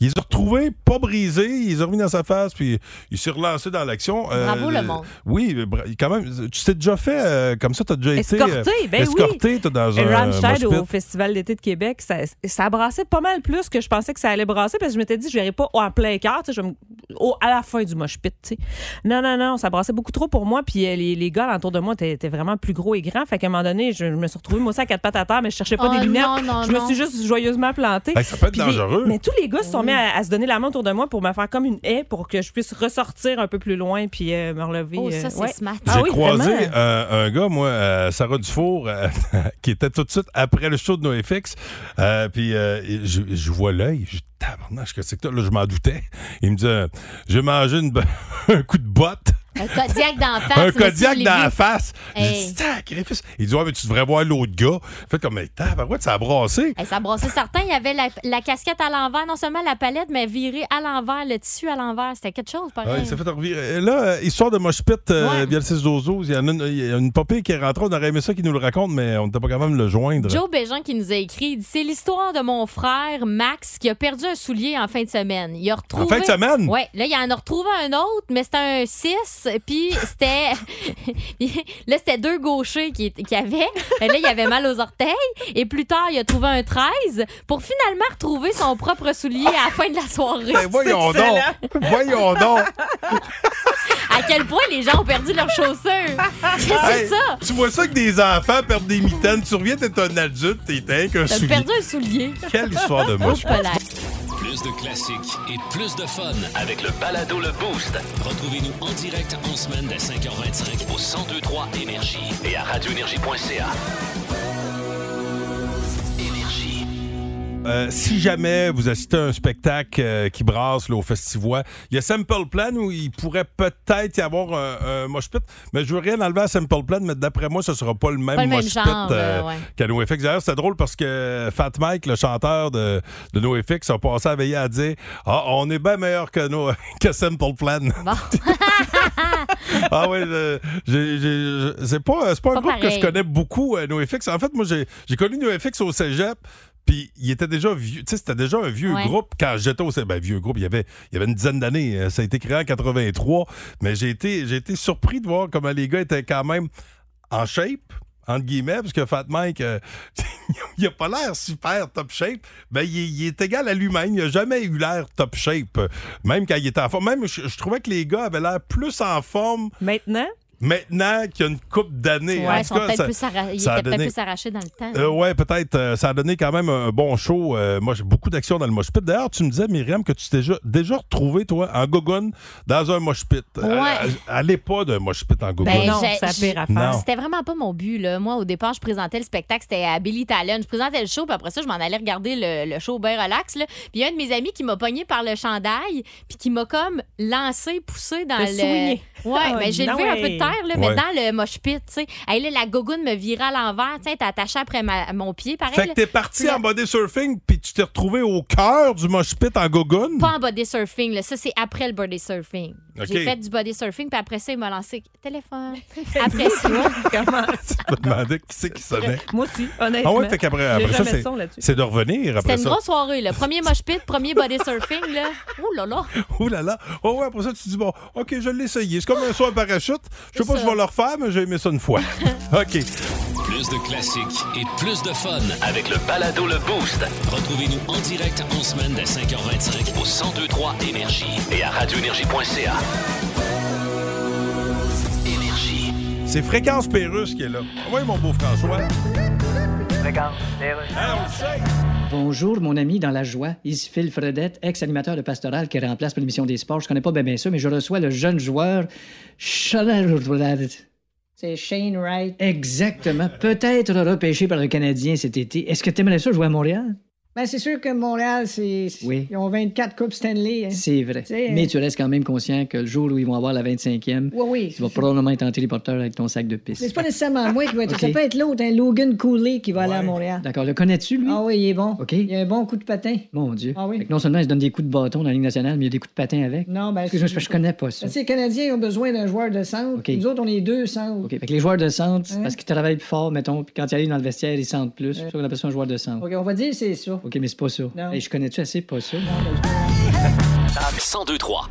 Speaker 3: il les a retrouvées, pas brisées, il les a remis dans sa face, puis il s'est relancé dans l'action. Euh,
Speaker 7: Bravo, le monde.
Speaker 3: Oui, mais bra- quand même, tu t'es déjà fait euh, comme ça, t'as déjà été euh,
Speaker 10: Escorté, ben
Speaker 3: escorté, t'as dans un euh, mosh
Speaker 10: Rammstein
Speaker 3: pit.
Speaker 10: au Festival d'été de Québec, ça, ça brassait pas mal plus que je pensais que ça allait brasser parce que je m'étais dit, je verrais pas en plein cœur, tu sais, je vais me- au- à la fin du mosh pit. tu sais. Non, non, non, ça brassait beaucoup trop pour moi. Puis euh, les, les gars autour de moi étaient étaient vraiment plus gros et grands. Fait qu'à un moment donné, je, je me suis retrouvée, moi aussi, à quatre pattes à terre, mais je cherchais pas
Speaker 7: Oh,
Speaker 10: des lunettes.
Speaker 7: non, non,
Speaker 10: je me
Speaker 7: non.
Speaker 10: suis juste joyeusement plantée.
Speaker 3: Hey, ça peut être
Speaker 10: Puis les-
Speaker 3: dangereux.
Speaker 10: mais tous les gars se sont mis à, à se donner la main autour de moi pour me faire comme une haie pour que je puisse ressortir un peu plus loin puis euh, me relever.
Speaker 7: Oh,
Speaker 10: euh,
Speaker 7: ça, c'est
Speaker 10: ouais.
Speaker 7: smart.
Speaker 3: J'ai
Speaker 10: Ah oui,
Speaker 3: croisé
Speaker 10: vraiment?
Speaker 3: euh, un gars, moi, euh, Sarah Dufour, euh, [LAUGHS] qui était tout de suite après le show de NoFX. Euh, puis euh, je, je vois l'œil. Je dis, tabarnache, qu'est-ce que c'est que ça? Là, je m'en doutais. Il me dit, euh, j'ai mangé une bo- [LAUGHS] un coup de botte.
Speaker 7: Un Kodiak d'en face.
Speaker 3: un
Speaker 7: monsieur
Speaker 3: Kodiak dans la
Speaker 7: Lévy.
Speaker 3: face. J'ai
Speaker 7: Hey.
Speaker 3: dit, sacrifice. Il dit, ouais, mais tu devrais voir l'autre gars. Fait comme, mais tabarouette, ça a brassé.
Speaker 7: Eh, ça brassait certains. Il y avait la, la casquette à l'envers, non seulement la palette, mais virée à l'envers, le tissu à l'envers. C'était quelque chose,
Speaker 3: Ah,
Speaker 7: pareil.
Speaker 3: il s'est fait revirer. Et Là, euh, histoire de Moshpit euh,
Speaker 7: Ouais.
Speaker 3: via le 6 12 il y en a une, il y a une popée qui est rentrée. On aurait aimé ça qu'il nous le raconte, mais on n'était pas capable de le joindre.
Speaker 7: Joe Bégin qui nous a écrit, il dit, c'est l'histoire de mon frère Max qui a perdu un soulier en fin de semaine. Il a retrouvé...
Speaker 3: En fin de semaine?
Speaker 7: Oui, là, il en a retrouvé un autre, mais c'était un 6, puis c'était... [LAUGHS] puis là, c'était deux gauchers qui, qui avaient. Mais là, il avait mal aux orteils, et plus tard, il a trouvé un 13 pour finalement retrouver son propre soulier à la fin de la soirée.
Speaker 3: Ben, voyons donc! Voyons [LAUGHS] donc!
Speaker 7: À quel point les gens ont perdu leurs chaussures!
Speaker 3: [LAUGHS]
Speaker 7: Qu'est-ce que [LAUGHS] c'est
Speaker 3: Hey,
Speaker 7: ça?
Speaker 3: Tu vois ça que des enfants perdent des mitaines. Tu reviens, t'es un adulte, t'es avec un
Speaker 7: T'as
Speaker 3: soulier.
Speaker 7: perdu un soulier.
Speaker 3: Quelle histoire de moche.
Speaker 7: Oh, voilà.
Speaker 1: Plus de classiques et plus de fun avec le balado Le Boost. Retrouvez-nous en direct en semaine dès 5h25 au 1023 Énergie et à radioénergie.ca.
Speaker 3: [LAUGHS] Euh, si jamais vous assistez à un spectacle euh, qui brasse là, au Festivois, il y a Sample Plan où il pourrait peut-être y avoir un, un mosh pit, mais je veux rien enlever à Sample Plan, mais d'après moi, ce sera pas le même
Speaker 7: Pas le même
Speaker 3: mosh pit
Speaker 7: genre, euh, ouais.
Speaker 3: qu'à NoFX. D'ailleurs, c'est drôle parce que Fat Mike, le chanteur de, de NoFX, a passé à veiller à dire « Ah, on est bien meilleur que, nos, [LAUGHS] que Sample Plan [LAUGHS] Ah oui, c'est pas, c'est pas un
Speaker 7: Pas
Speaker 3: groupe que je
Speaker 7: pareil.
Speaker 3: connais beaucoup, euh, NoFX. En fait, moi, j'ai j'ai connu NoFX au cégep. Puis il était déjà vieux, tu sais, c'était déjà un vieux
Speaker 7: Ouais.
Speaker 3: groupe quand j'étais au cégep. Ben, vieux groupe, il y avait, il y avait une dizaine d'années. Euh, Ça a été créé en 83. Mais j'ai été, j'ai été surpris de voir comment les gars étaient quand même en shape, entre guillemets, parce que Fat Mike, euh, [LAUGHS] il a pas l'air super top shape, mais il, est- il est égal à lui-même. Il a jamais eu l'air top shape, euh, même quand il était en forme. Même, je, je trouvais que les gars avaient l'air plus en forme
Speaker 10: Maintenant?
Speaker 3: maintenant qu'il y a une coupe d'années. En
Speaker 7: Ouais, ils
Speaker 3: tout
Speaker 7: sont
Speaker 3: cas,
Speaker 7: peut-être
Speaker 3: ça-
Speaker 7: plus arra- ils
Speaker 3: ça a
Speaker 7: étaient peut-être
Speaker 3: donné-
Speaker 7: plus arrachés dans le temps.
Speaker 3: euh, ouais, peut-être. euh, ça a donné quand même un bon show. Euh, moi, j'ai beaucoup d'action dans le mosh pit. D'ailleurs, tu me disais, Myriam, que tu t'es déjà, déjà retrouvé, toi, en gogoune, dans un mosh pit.
Speaker 7: Ouais.
Speaker 3: Euh, Allez pas d'un mosh pit en gogoune.
Speaker 7: Ben,
Speaker 10: non,
Speaker 7: j'ai-
Speaker 10: ça pire à
Speaker 3: Non.
Speaker 10: faire.
Speaker 7: C'était vraiment pas mon but. Là. Moi, au départ, je présentais le spectacle, c'était à Billy Talent. Je présentais le show, puis après ça, je m'en allais regarder le, le show bien relax. Là. Puis il y a un de mes amis qui m'a pogné par le chandail, puis qui m'a comme lancé, poussé dans
Speaker 10: T'as
Speaker 7: le.
Speaker 10: swingé.
Speaker 7: Ouais,
Speaker 10: Oh,
Speaker 7: mais j'ai
Speaker 10: non,
Speaker 7: levé un peu de
Speaker 10: hey. [LAUGHS]
Speaker 7: terre, là, mais
Speaker 3: Ah, Ouais.
Speaker 7: dans le mosh pit, tu sais. Hey, là, la gogoune me virait à l'envers, tu sais, t'as attaché après ma- mon pied, pareil.
Speaker 3: Fait que
Speaker 7: là.
Speaker 3: t'es parti en body surfing, puis tu t'es retrouvé au cœur du mosh pit en gogoune.
Speaker 7: Pas en body surfing, là. ça c'est après le body surfing.
Speaker 3: Ok.
Speaker 7: J'ai fait du body surfing, puis après ça, il m'a lancé
Speaker 3: [LAUGHS]
Speaker 7: téléphone. Après ça,
Speaker 10: Comment?
Speaker 3: Je me demandais qui c'est qui
Speaker 7: [LAUGHS]
Speaker 3: sonnait.
Speaker 10: Moi aussi, honnêtement.
Speaker 3: Ah ouais, fait qu'après après ça, c'est- c'est de revenir après
Speaker 7: c'était une
Speaker 3: [LAUGHS] ça.
Speaker 7: grosse soirée. Là. Premier mosh pit, premier body surfing. Là. Ouh là là!
Speaker 3: Oh là là. Oh ouais, après ça, tu te dis, bon, OK, je l'ai essayé. C'est comme un saut en parachute. Je sais
Speaker 7: C'est
Speaker 3: pas si je
Speaker 7: ça.
Speaker 3: vais le refaire, mais j'ai aimé ça une
Speaker 7: [LAUGHS]
Speaker 3: fois. OK.
Speaker 1: Plus de classiques et plus de fun avec le balado Le Boost. Retrouvez-nous en direct en semaine dès 5h25 au 1023 Énergie et à radioénergie.ca. Énergie.
Speaker 3: C'est Fréquence Pérusse qui est là. Oui, mon beau François.
Speaker 5: Bonjour, mon ami dans la joie. Ici Phil Fredette, ex-animateur de Pastoral qui remplace pour l'émission des sports. Je connais pas bien, bien ça, mais je reçois le jeune joueur Charles-
Speaker 6: C'est Shane Wright.
Speaker 5: Exactement. Peut-être repêché par le Canadien cet été. Est-ce que t'aimerais ça jouer à Montréal?
Speaker 6: Ben, c'est sûr que Montréal, c'est.
Speaker 5: Oui.
Speaker 6: Ils ont 24 Coupes Stanley. hein.
Speaker 5: C'est vrai.
Speaker 6: C'est-
Speaker 5: Mais tu restes quand même conscient que le jour où ils vont avoir la 25e,
Speaker 6: Oui, oui.
Speaker 5: tu vas probablement être en téléporteur avec ton sac de
Speaker 6: Mais c'est
Speaker 5: piste.
Speaker 6: pas nécessairement moi qui vais
Speaker 5: [LAUGHS]
Speaker 6: être.
Speaker 5: Ok.
Speaker 6: Ça peut être l'autre, hein, Logan Cooley, qui va aller à Montréal.
Speaker 5: D'accord. Le connais-tu, lui?
Speaker 6: Ah oui, il est bon.
Speaker 5: OK.
Speaker 6: Il a un bon coup de patin.
Speaker 5: Mon Dieu.
Speaker 6: Ah oui.
Speaker 5: Fait que non seulement ils se donnent des coups de bâton dans la Ligue nationale, mais il y a des coups de patin avec.
Speaker 6: Non, ben.
Speaker 5: Excuse-moi, c'est parce que je connais pas ça.
Speaker 6: Ben, tu sais, les Canadiens ils ont besoin d'un joueur de centre.
Speaker 5: OK.
Speaker 6: Nous autres, on est deux centres.
Speaker 5: OK. Fait que les joueurs de centre, c'est
Speaker 6: Hein?
Speaker 5: parce qu'ils travaillent plus fort, mettons, puis quand ils arrivent dans le vestiaire, ils sentent plus. C'est pour ça qu'on appelle ça un joueur de centre.
Speaker 6: OK, on va dire que c'est ça.
Speaker 5: OK, mais c'est pas ça.
Speaker 6: Non.
Speaker 5: Hey, je connais-tu assez pas ça?
Speaker 1: 1023.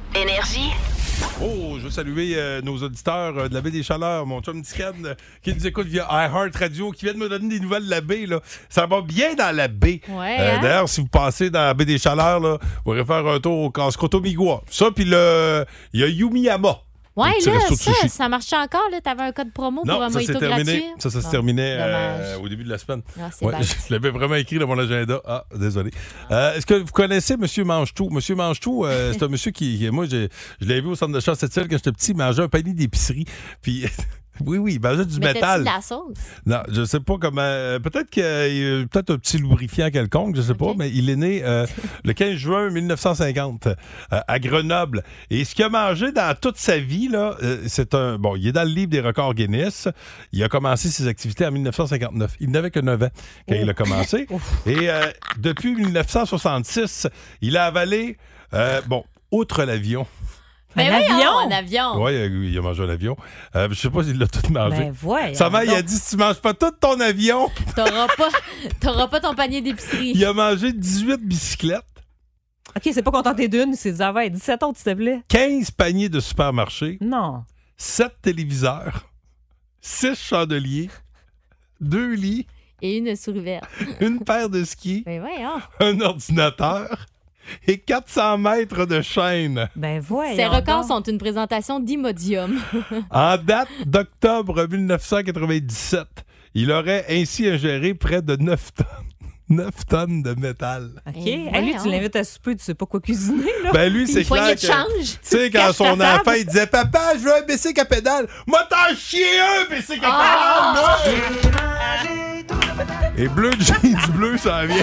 Speaker 3: Oh, je veux saluer euh, nos auditeurs euh, de la baie des Chaleurs, mon chum Tican, euh, qui nous écoute via iHeart Radio, qui vient de me donner des nouvelles de la baie. Là. Ça va bien dans la baie. Euh,
Speaker 7: Ouais, hein?
Speaker 3: D'ailleurs, si vous passez dans la baie des Chaleurs, là, vous pourrez faire un tour au Cascoto Migua. Ça, puis le- il y a Yumiyama.
Speaker 7: Ouais,
Speaker 3: Le petit
Speaker 7: là,
Speaker 3: resto de
Speaker 7: ça,
Speaker 3: sushi.
Speaker 7: ça marchait encore. là. T'avais un code promo pour
Speaker 3: Non,
Speaker 7: un
Speaker 3: ça
Speaker 7: mojito
Speaker 3: s'est terminé.
Speaker 7: gratuit.
Speaker 3: Ça, ça se
Speaker 7: Ah,
Speaker 3: terminait euh,
Speaker 7: dommage.
Speaker 3: au début de la semaine.
Speaker 7: Ah, c'est
Speaker 3: Ouais, [LAUGHS]
Speaker 7: bête.
Speaker 3: je l'avais vraiment écrit dans mon agenda. Ah, désolé. Euh, Est-ce que vous connaissez Monsieur Mange-Tout? Monsieur Mange-Tout, euh,
Speaker 7: [LAUGHS]
Speaker 3: c'est un monsieur qui, qui- moi, j'ai- je l'ai vu au centre de chasse cette île quand j'étais petit, il mangeait un panier d'épicerie. Puis [LAUGHS] Oui, oui, ben juste du
Speaker 7: Mettais-tu
Speaker 3: métal.
Speaker 7: de la sauce?
Speaker 3: Non, je sais pas comment. euh, Peut-être qu'il y a peut-être un petit lubrifiant quelconque, je sais pas, mais il est né
Speaker 7: [LAUGHS]
Speaker 3: euh, le 15 juin 1950 euh, à Grenoble. Et ce qu'il a mangé dans toute sa vie, là, euh, c'est un. Bon, il est dans le livre des records Guinness. Il a commencé ses activités en 1959. Il n'avait que 9 ans quand il a
Speaker 7: [LAUGHS]
Speaker 3: commencé. Et euh, depuis 1966, il a avalé, euh, bon, outre l'avion.
Speaker 7: Mais
Speaker 10: Un
Speaker 7: Ben voyons,
Speaker 10: avion?
Speaker 7: Un avion.
Speaker 3: Oui, il, a mangé un avion. Euh, je sais pas s'il l'a tout mangé.
Speaker 7: Ben voyons
Speaker 3: Sa mère, il a
Speaker 7: donc.
Speaker 3: dit si tu manges pas tout ton avion,
Speaker 7: T'auras
Speaker 3: [LAUGHS]
Speaker 7: pas, t'auras pas ton panier d'épicerie.
Speaker 3: il a mangé 18 bicyclettes,
Speaker 10: OK, c'est pas contenté d'une, c'est ah ouais, 17 autres, s'il te plaît.
Speaker 3: 15 paniers de supermarché,
Speaker 10: Non.
Speaker 3: 7 téléviseurs, 6 chandeliers, 2 lits,
Speaker 7: Et une surverte.
Speaker 3: une paire de skis,
Speaker 7: Mais voyons.
Speaker 3: un ordinateur et 400 mètres de chaîne.
Speaker 10: Ben voyons.
Speaker 7: Ces records sont une présentation d'Imodium.
Speaker 3: En date d'octobre 1997, il aurait ainsi ingéré près de 9 tonnes, 9 tonnes de métal.
Speaker 10: OK.
Speaker 7: Eh,
Speaker 10: Ah, lui,
Speaker 7: voyons.
Speaker 10: tu l'invites à souper, tu sais pas quoi cuisiner, là.
Speaker 3: Ben lui, c'est clair
Speaker 7: poignée de
Speaker 3: que,
Speaker 7: change.
Speaker 3: Tu sais, quand
Speaker 10: Cache ta
Speaker 3: son
Speaker 10: table.
Speaker 3: enfant, il disait « Papa, je veux un bicycle à pédale! »« Moi, t'en chier un bicycle
Speaker 10: Ah!
Speaker 3: à pédale! là! Et bleu, jeans bleu, ça vient.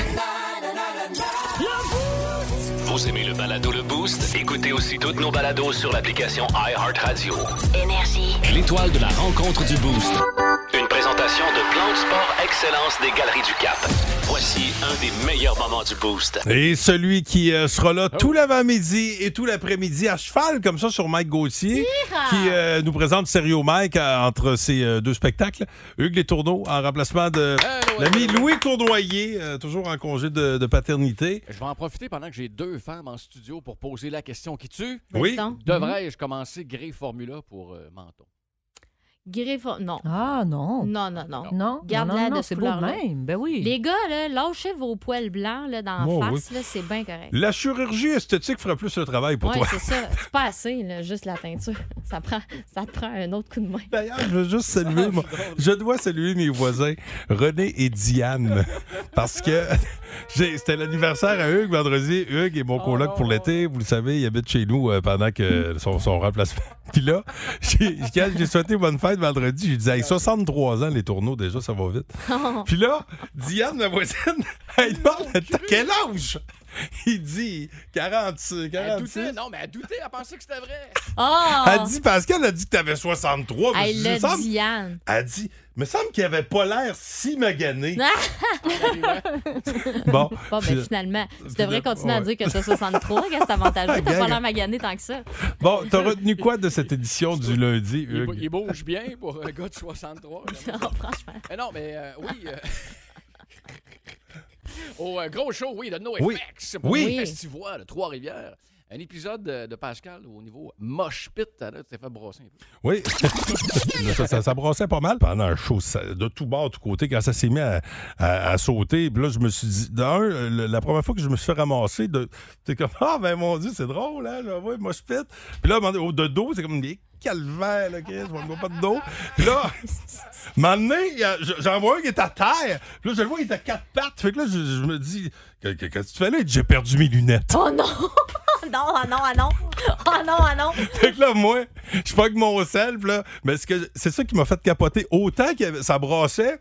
Speaker 1: Vous aimez le balado Le Boost? Écoutez aussi toutes nos balados sur l'application iHeartRadio.
Speaker 11: Énergie.
Speaker 1: L'étoile de la rencontre du Boost. Une présentation de Plan de Sport Excellence des Galeries du Cap. Voici un des meilleurs moments du Boost.
Speaker 3: Et celui qui euh, sera là tout l'avant-midi et tout l'après-midi à cheval, comme ça, sur Mike Gauthier, qui euh, nous présente Sérieux Mike euh, entre ces euh, deux spectacles. Hugues Les Tourneaux en remplacement
Speaker 10: Euh,
Speaker 3: de l'ami Louis Cournoyer, euh, toujours en congé de, de paternité.
Speaker 12: Je vais en profiter pendant que j'ai deux femmes en studio pour poser la question qui tue.
Speaker 3: Oui.
Speaker 12: Devrais-je commencer Grey Formula pour euh, Menton?
Speaker 7: Griffon, non.
Speaker 10: Ah non.
Speaker 7: Non, non, non.
Speaker 10: Non, non,
Speaker 7: Garde-la
Speaker 10: non,
Speaker 7: de
Speaker 10: c'est beau de
Speaker 7: couleur-là.
Speaker 10: même. Ben oui.
Speaker 7: Les gars, là, lâchez vos poils blancs là, dans
Speaker 3: Oh,
Speaker 7: la face,
Speaker 3: oui.
Speaker 7: là, c'est bien correct.
Speaker 3: La chirurgie esthétique fera plus le travail pour
Speaker 7: Oui,
Speaker 3: toi.
Speaker 7: c'est ça. C'est pas assez, là, juste la teinture. Ça, prend, ça te prend un autre coup de main.
Speaker 3: D'ailleurs, je veux juste saluer, moi- je dois saluer mes voisins René et Diane parce que [LAUGHS] j'ai- c'était l'anniversaire à Hugues vendredi. Hugues est mon coloc pour l'été. Vous le savez, il habite chez nous euh, pendant que son, son remplacement. [LAUGHS] Puis là, j'ai quand j'ai souhaité bonne fête vendredi. J'ai dit, Hey, 63 ans les tourneaux déjà, ça va vite. Puis là, Diane, ma voisine, [LAUGHS] elle demande, T'as quel âge? Il dit 46,
Speaker 12: Elle
Speaker 3: 46.
Speaker 12: doutait, non, mais elle doutait, elle pensait que c'était vrai.
Speaker 7: Ah!
Speaker 3: Elle dit, Pascal a dit que t'avais 63. mais
Speaker 7: Oh. Elle
Speaker 3: je me
Speaker 7: l'a
Speaker 3: semble-
Speaker 7: Diane.
Speaker 3: elle dit, me semble qu'il avait pas l'air si magané. Bon,
Speaker 7: Bon, ben
Speaker 3: fina-
Speaker 7: finalement, tu devrais
Speaker 3: finalement,
Speaker 7: continuer à
Speaker 3: ouais.
Speaker 7: dire que t'as 63, que c'est
Speaker 3: [LAUGHS]
Speaker 7: avantageux. T'as
Speaker 3: Gang.
Speaker 7: pas l'air magané tant que ça.
Speaker 3: Bon, t'as retenu quoi de cette édition du lundi,
Speaker 12: Il, bou-
Speaker 3: Hugues?
Speaker 12: il bouge bien pour un gars de
Speaker 10: [LAUGHS]
Speaker 12: 63.
Speaker 7: Non, franchement.
Speaker 12: Mais non, mais euh, oui. euh, [LAUGHS] Au euh, gros show, oui, de
Speaker 3: Oui.
Speaker 12: NoFX.
Speaker 3: Oui.
Speaker 12: Le festival de Trois-Rivières. Un épisode de, de Pascal au niveau moche pit. Là, tu t'es fait brosser un peu.
Speaker 3: Oui, [LAUGHS] ça, ça, ça brassait pas mal pendant un show ça- de tout bord, de tout côté, quand ça s'est mis à, à- à sauter. Puis là, je me suis dit, d'un, le- la première fois que je me suis fait ramasser, de- c'est comme, ah ben mon Dieu, c'est drôle, hein, je vois, moi je pète. Puis là, à un moment donné, au- de dos, c'est comme des calvaires, là, Chris, je vois pas de dos. Puis là, un moment donné, il y a- je- j'en vois un qui est à terre. Puis là, je le vois, il est à quatre pattes. Fait que là, je, je me dis, qu'est-ce que tu fais là? Il dit, J'ai perdu mes lunettes.
Speaker 7: Oh non! non, ah non, ah non! Ah non, ah non!
Speaker 3: Fait que là, moi, je que mon sel, pis là. Mais ce que- c'est ça qui m'a fait capoter. Autant que ça brassait.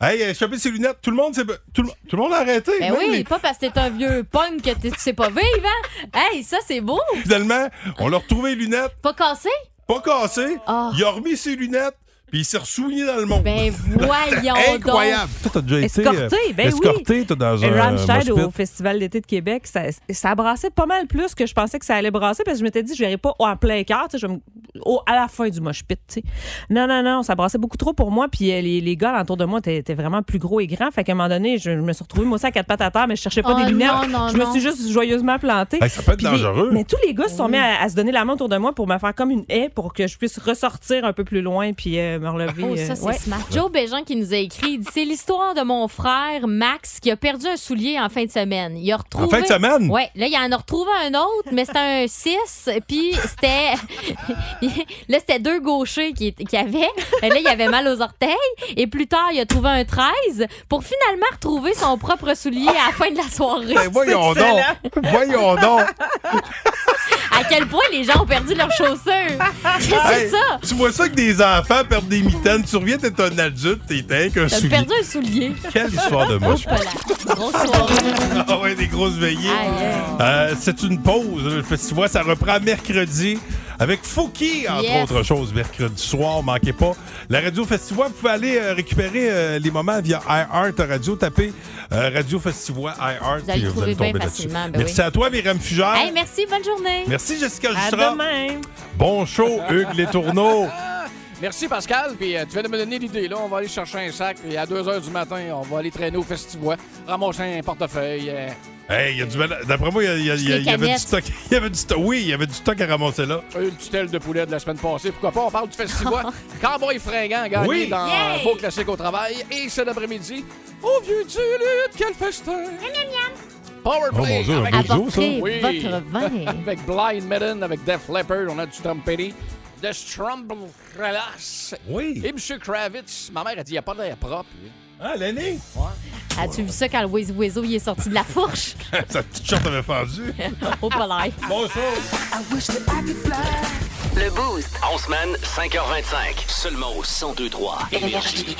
Speaker 3: Hey, euh, il a échappé ses lunettes. Tout le monde s'est. Tout, le- tout le monde a arrêté.
Speaker 7: Ben
Speaker 3: Même
Speaker 7: oui,
Speaker 3: les-
Speaker 7: pas parce que t'es un vieux punk que t'es- tu sais pas vivre, hein? Hey, ça, c'est beau!
Speaker 3: Finalement, on l'a retrouvé les lunettes,
Speaker 7: Pas cassé?
Speaker 3: pas cassées.
Speaker 7: Ah.
Speaker 3: Il a remis ses lunettes, puis il s'est ressouillé dans le monde.
Speaker 7: Ben voyons
Speaker 3: C'est
Speaker 7: donc!
Speaker 3: incroyable. Toi, t'as déjà été.
Speaker 10: Escorté,
Speaker 3: euh,
Speaker 10: ben oui.
Speaker 3: Escorté, t'as dans
Speaker 10: Et
Speaker 3: un. euh,
Speaker 10: Rammstein
Speaker 3: mosh pit.
Speaker 10: au Festival d'été de Québec, ça, ça brassait pas mal plus que je pensais que ça allait brasser parce que je m'étais dit, je verrais pas en plein cœur, tu sais, je vais me- au- à la fin du mosh pit. tu sais. Non, non, non, ça brassait beaucoup trop pour moi. Puis euh, les, les gars autour de moi étaient étaient vraiment plus gros et grands. Fait qu'à un moment donné, je, je me suis retrouvée, moi aussi, à quatre pattes à terre, mais je cherchais pas
Speaker 7: Oh
Speaker 10: des lunettes.
Speaker 7: non, non,
Speaker 10: je me
Speaker 7: non.
Speaker 10: suis juste joyeusement plantée.
Speaker 3: Hey, ça peut être
Speaker 10: Puis les-
Speaker 3: dangereux.
Speaker 10: mais tous les gars se sont mis à, à se donner la main autour de moi pour me faire comme une haie pour que je puisse ressortir un peu plus loin puis euh, me relever.
Speaker 7: Oh,
Speaker 10: euh,
Speaker 7: ça, c'est
Speaker 10: [LAUGHS] ouais.
Speaker 7: smart. Joe Bégin qui nous a écrit, il dit, c'est l'histoire de mon frère Max qui a perdu un soulier en fin de semaine. Il a retrouvé...
Speaker 3: En fin de semaine?
Speaker 7: Ouais, là, il en a retrouvé un autre, mais c'était un 6, puis c'était... [LAUGHS] là, c'était deux gauchers qui, qui avaient. Et là, il avait mal aux orteils. Et plus tard, il a trouvé un 13 pour finalement retrouver son propre soulier à la fin de la soirée.
Speaker 3: Ben voyons
Speaker 7: [LAUGHS]
Speaker 10: C'est excellent.
Speaker 3: donc. Voyons donc.
Speaker 7: à quel point les gens ont perdu leurs chaussures. C'est
Speaker 3: Hey,
Speaker 7: ça.
Speaker 3: Tu vois ça que des enfants perdent des mitaines. Tu reviens, t'es un adulte, t'es t'es avec un
Speaker 7: T'as
Speaker 3: soulier.
Speaker 7: perdu un soulier.
Speaker 3: Quelle histoire
Speaker 7: [LAUGHS]
Speaker 3: de moche.
Speaker 7: Hop là. Grosse soirée.
Speaker 3: [LAUGHS] Ah ouais, des grosses veillées. Euh, c'est une pause. Le festival, ça reprend mercredi avec Fouki, entre
Speaker 11: Yes.
Speaker 3: autres choses, mercredi soir. Manquez pas. La radio festival, vous pouvez aller euh, récupérer euh, les moments via iHeart Radio. Tapez euh, Radio festival iHeart.
Speaker 7: Vous allez
Speaker 3: puis
Speaker 7: trouver bien
Speaker 3: tomber là-dessus.
Speaker 7: facilement, ben
Speaker 3: Merci
Speaker 7: oui.
Speaker 3: à toi, Myriam Fugère.
Speaker 7: Hey, merci, bonne journée.
Speaker 3: Merci, Jessica
Speaker 7: À
Speaker 3: Jutra.
Speaker 7: demain.
Speaker 3: Bon show, Hugues Les Tourneaux.
Speaker 12: [LAUGHS] Merci Pascal, puis euh, tu viens de me donner l'idée. Là, on va aller chercher un sac, puis à 2 h du matin, on va aller traîner au festival, ramasser un portefeuille. euh,
Speaker 3: Hey, il y a du mal- D'après moi, il y a- il y, a- il y a-
Speaker 12: Des
Speaker 3: il y avait
Speaker 12: canettes.
Speaker 3: du stock. [LAUGHS] Il y avait du stock. Oui, il y avait du stock à ramasser là.
Speaker 12: une tutelle de poulet de la semaine passée. Pourquoi pas? On parle du festival.
Speaker 7: [LAUGHS]
Speaker 12: Cowboy fringant gagné
Speaker 3: Oui.
Speaker 12: dans
Speaker 3: Yay!
Speaker 12: Beau Classique au travail. Et cet après-midi, au vieux du lutte, quel festin! Power
Speaker 3: Oh, mon
Speaker 12: Play
Speaker 3: Dieu, un
Speaker 12: avec
Speaker 3: beau duo, ça. Apportez
Speaker 12: Oui.
Speaker 3: votre vin.
Speaker 12: avec Blind Maiden, avec Def Leppard, on a du Tom Petty, de Strumble Relax.
Speaker 3: Oui.
Speaker 12: Et M.
Speaker 3: [LAUGHS]
Speaker 12: Kravitz, ma mère a dit, il n'y a pas d'air propre. lui.
Speaker 3: Ah, l'année?
Speaker 7: As-tu vu ça quand le Wiz Wizo il est sorti de la fourche? Oh,
Speaker 3: Sa petite short avait fendu.
Speaker 7: Au palais.
Speaker 1: Le Boost. En semaine, 5h25. Seulement au 102.3 Énergie.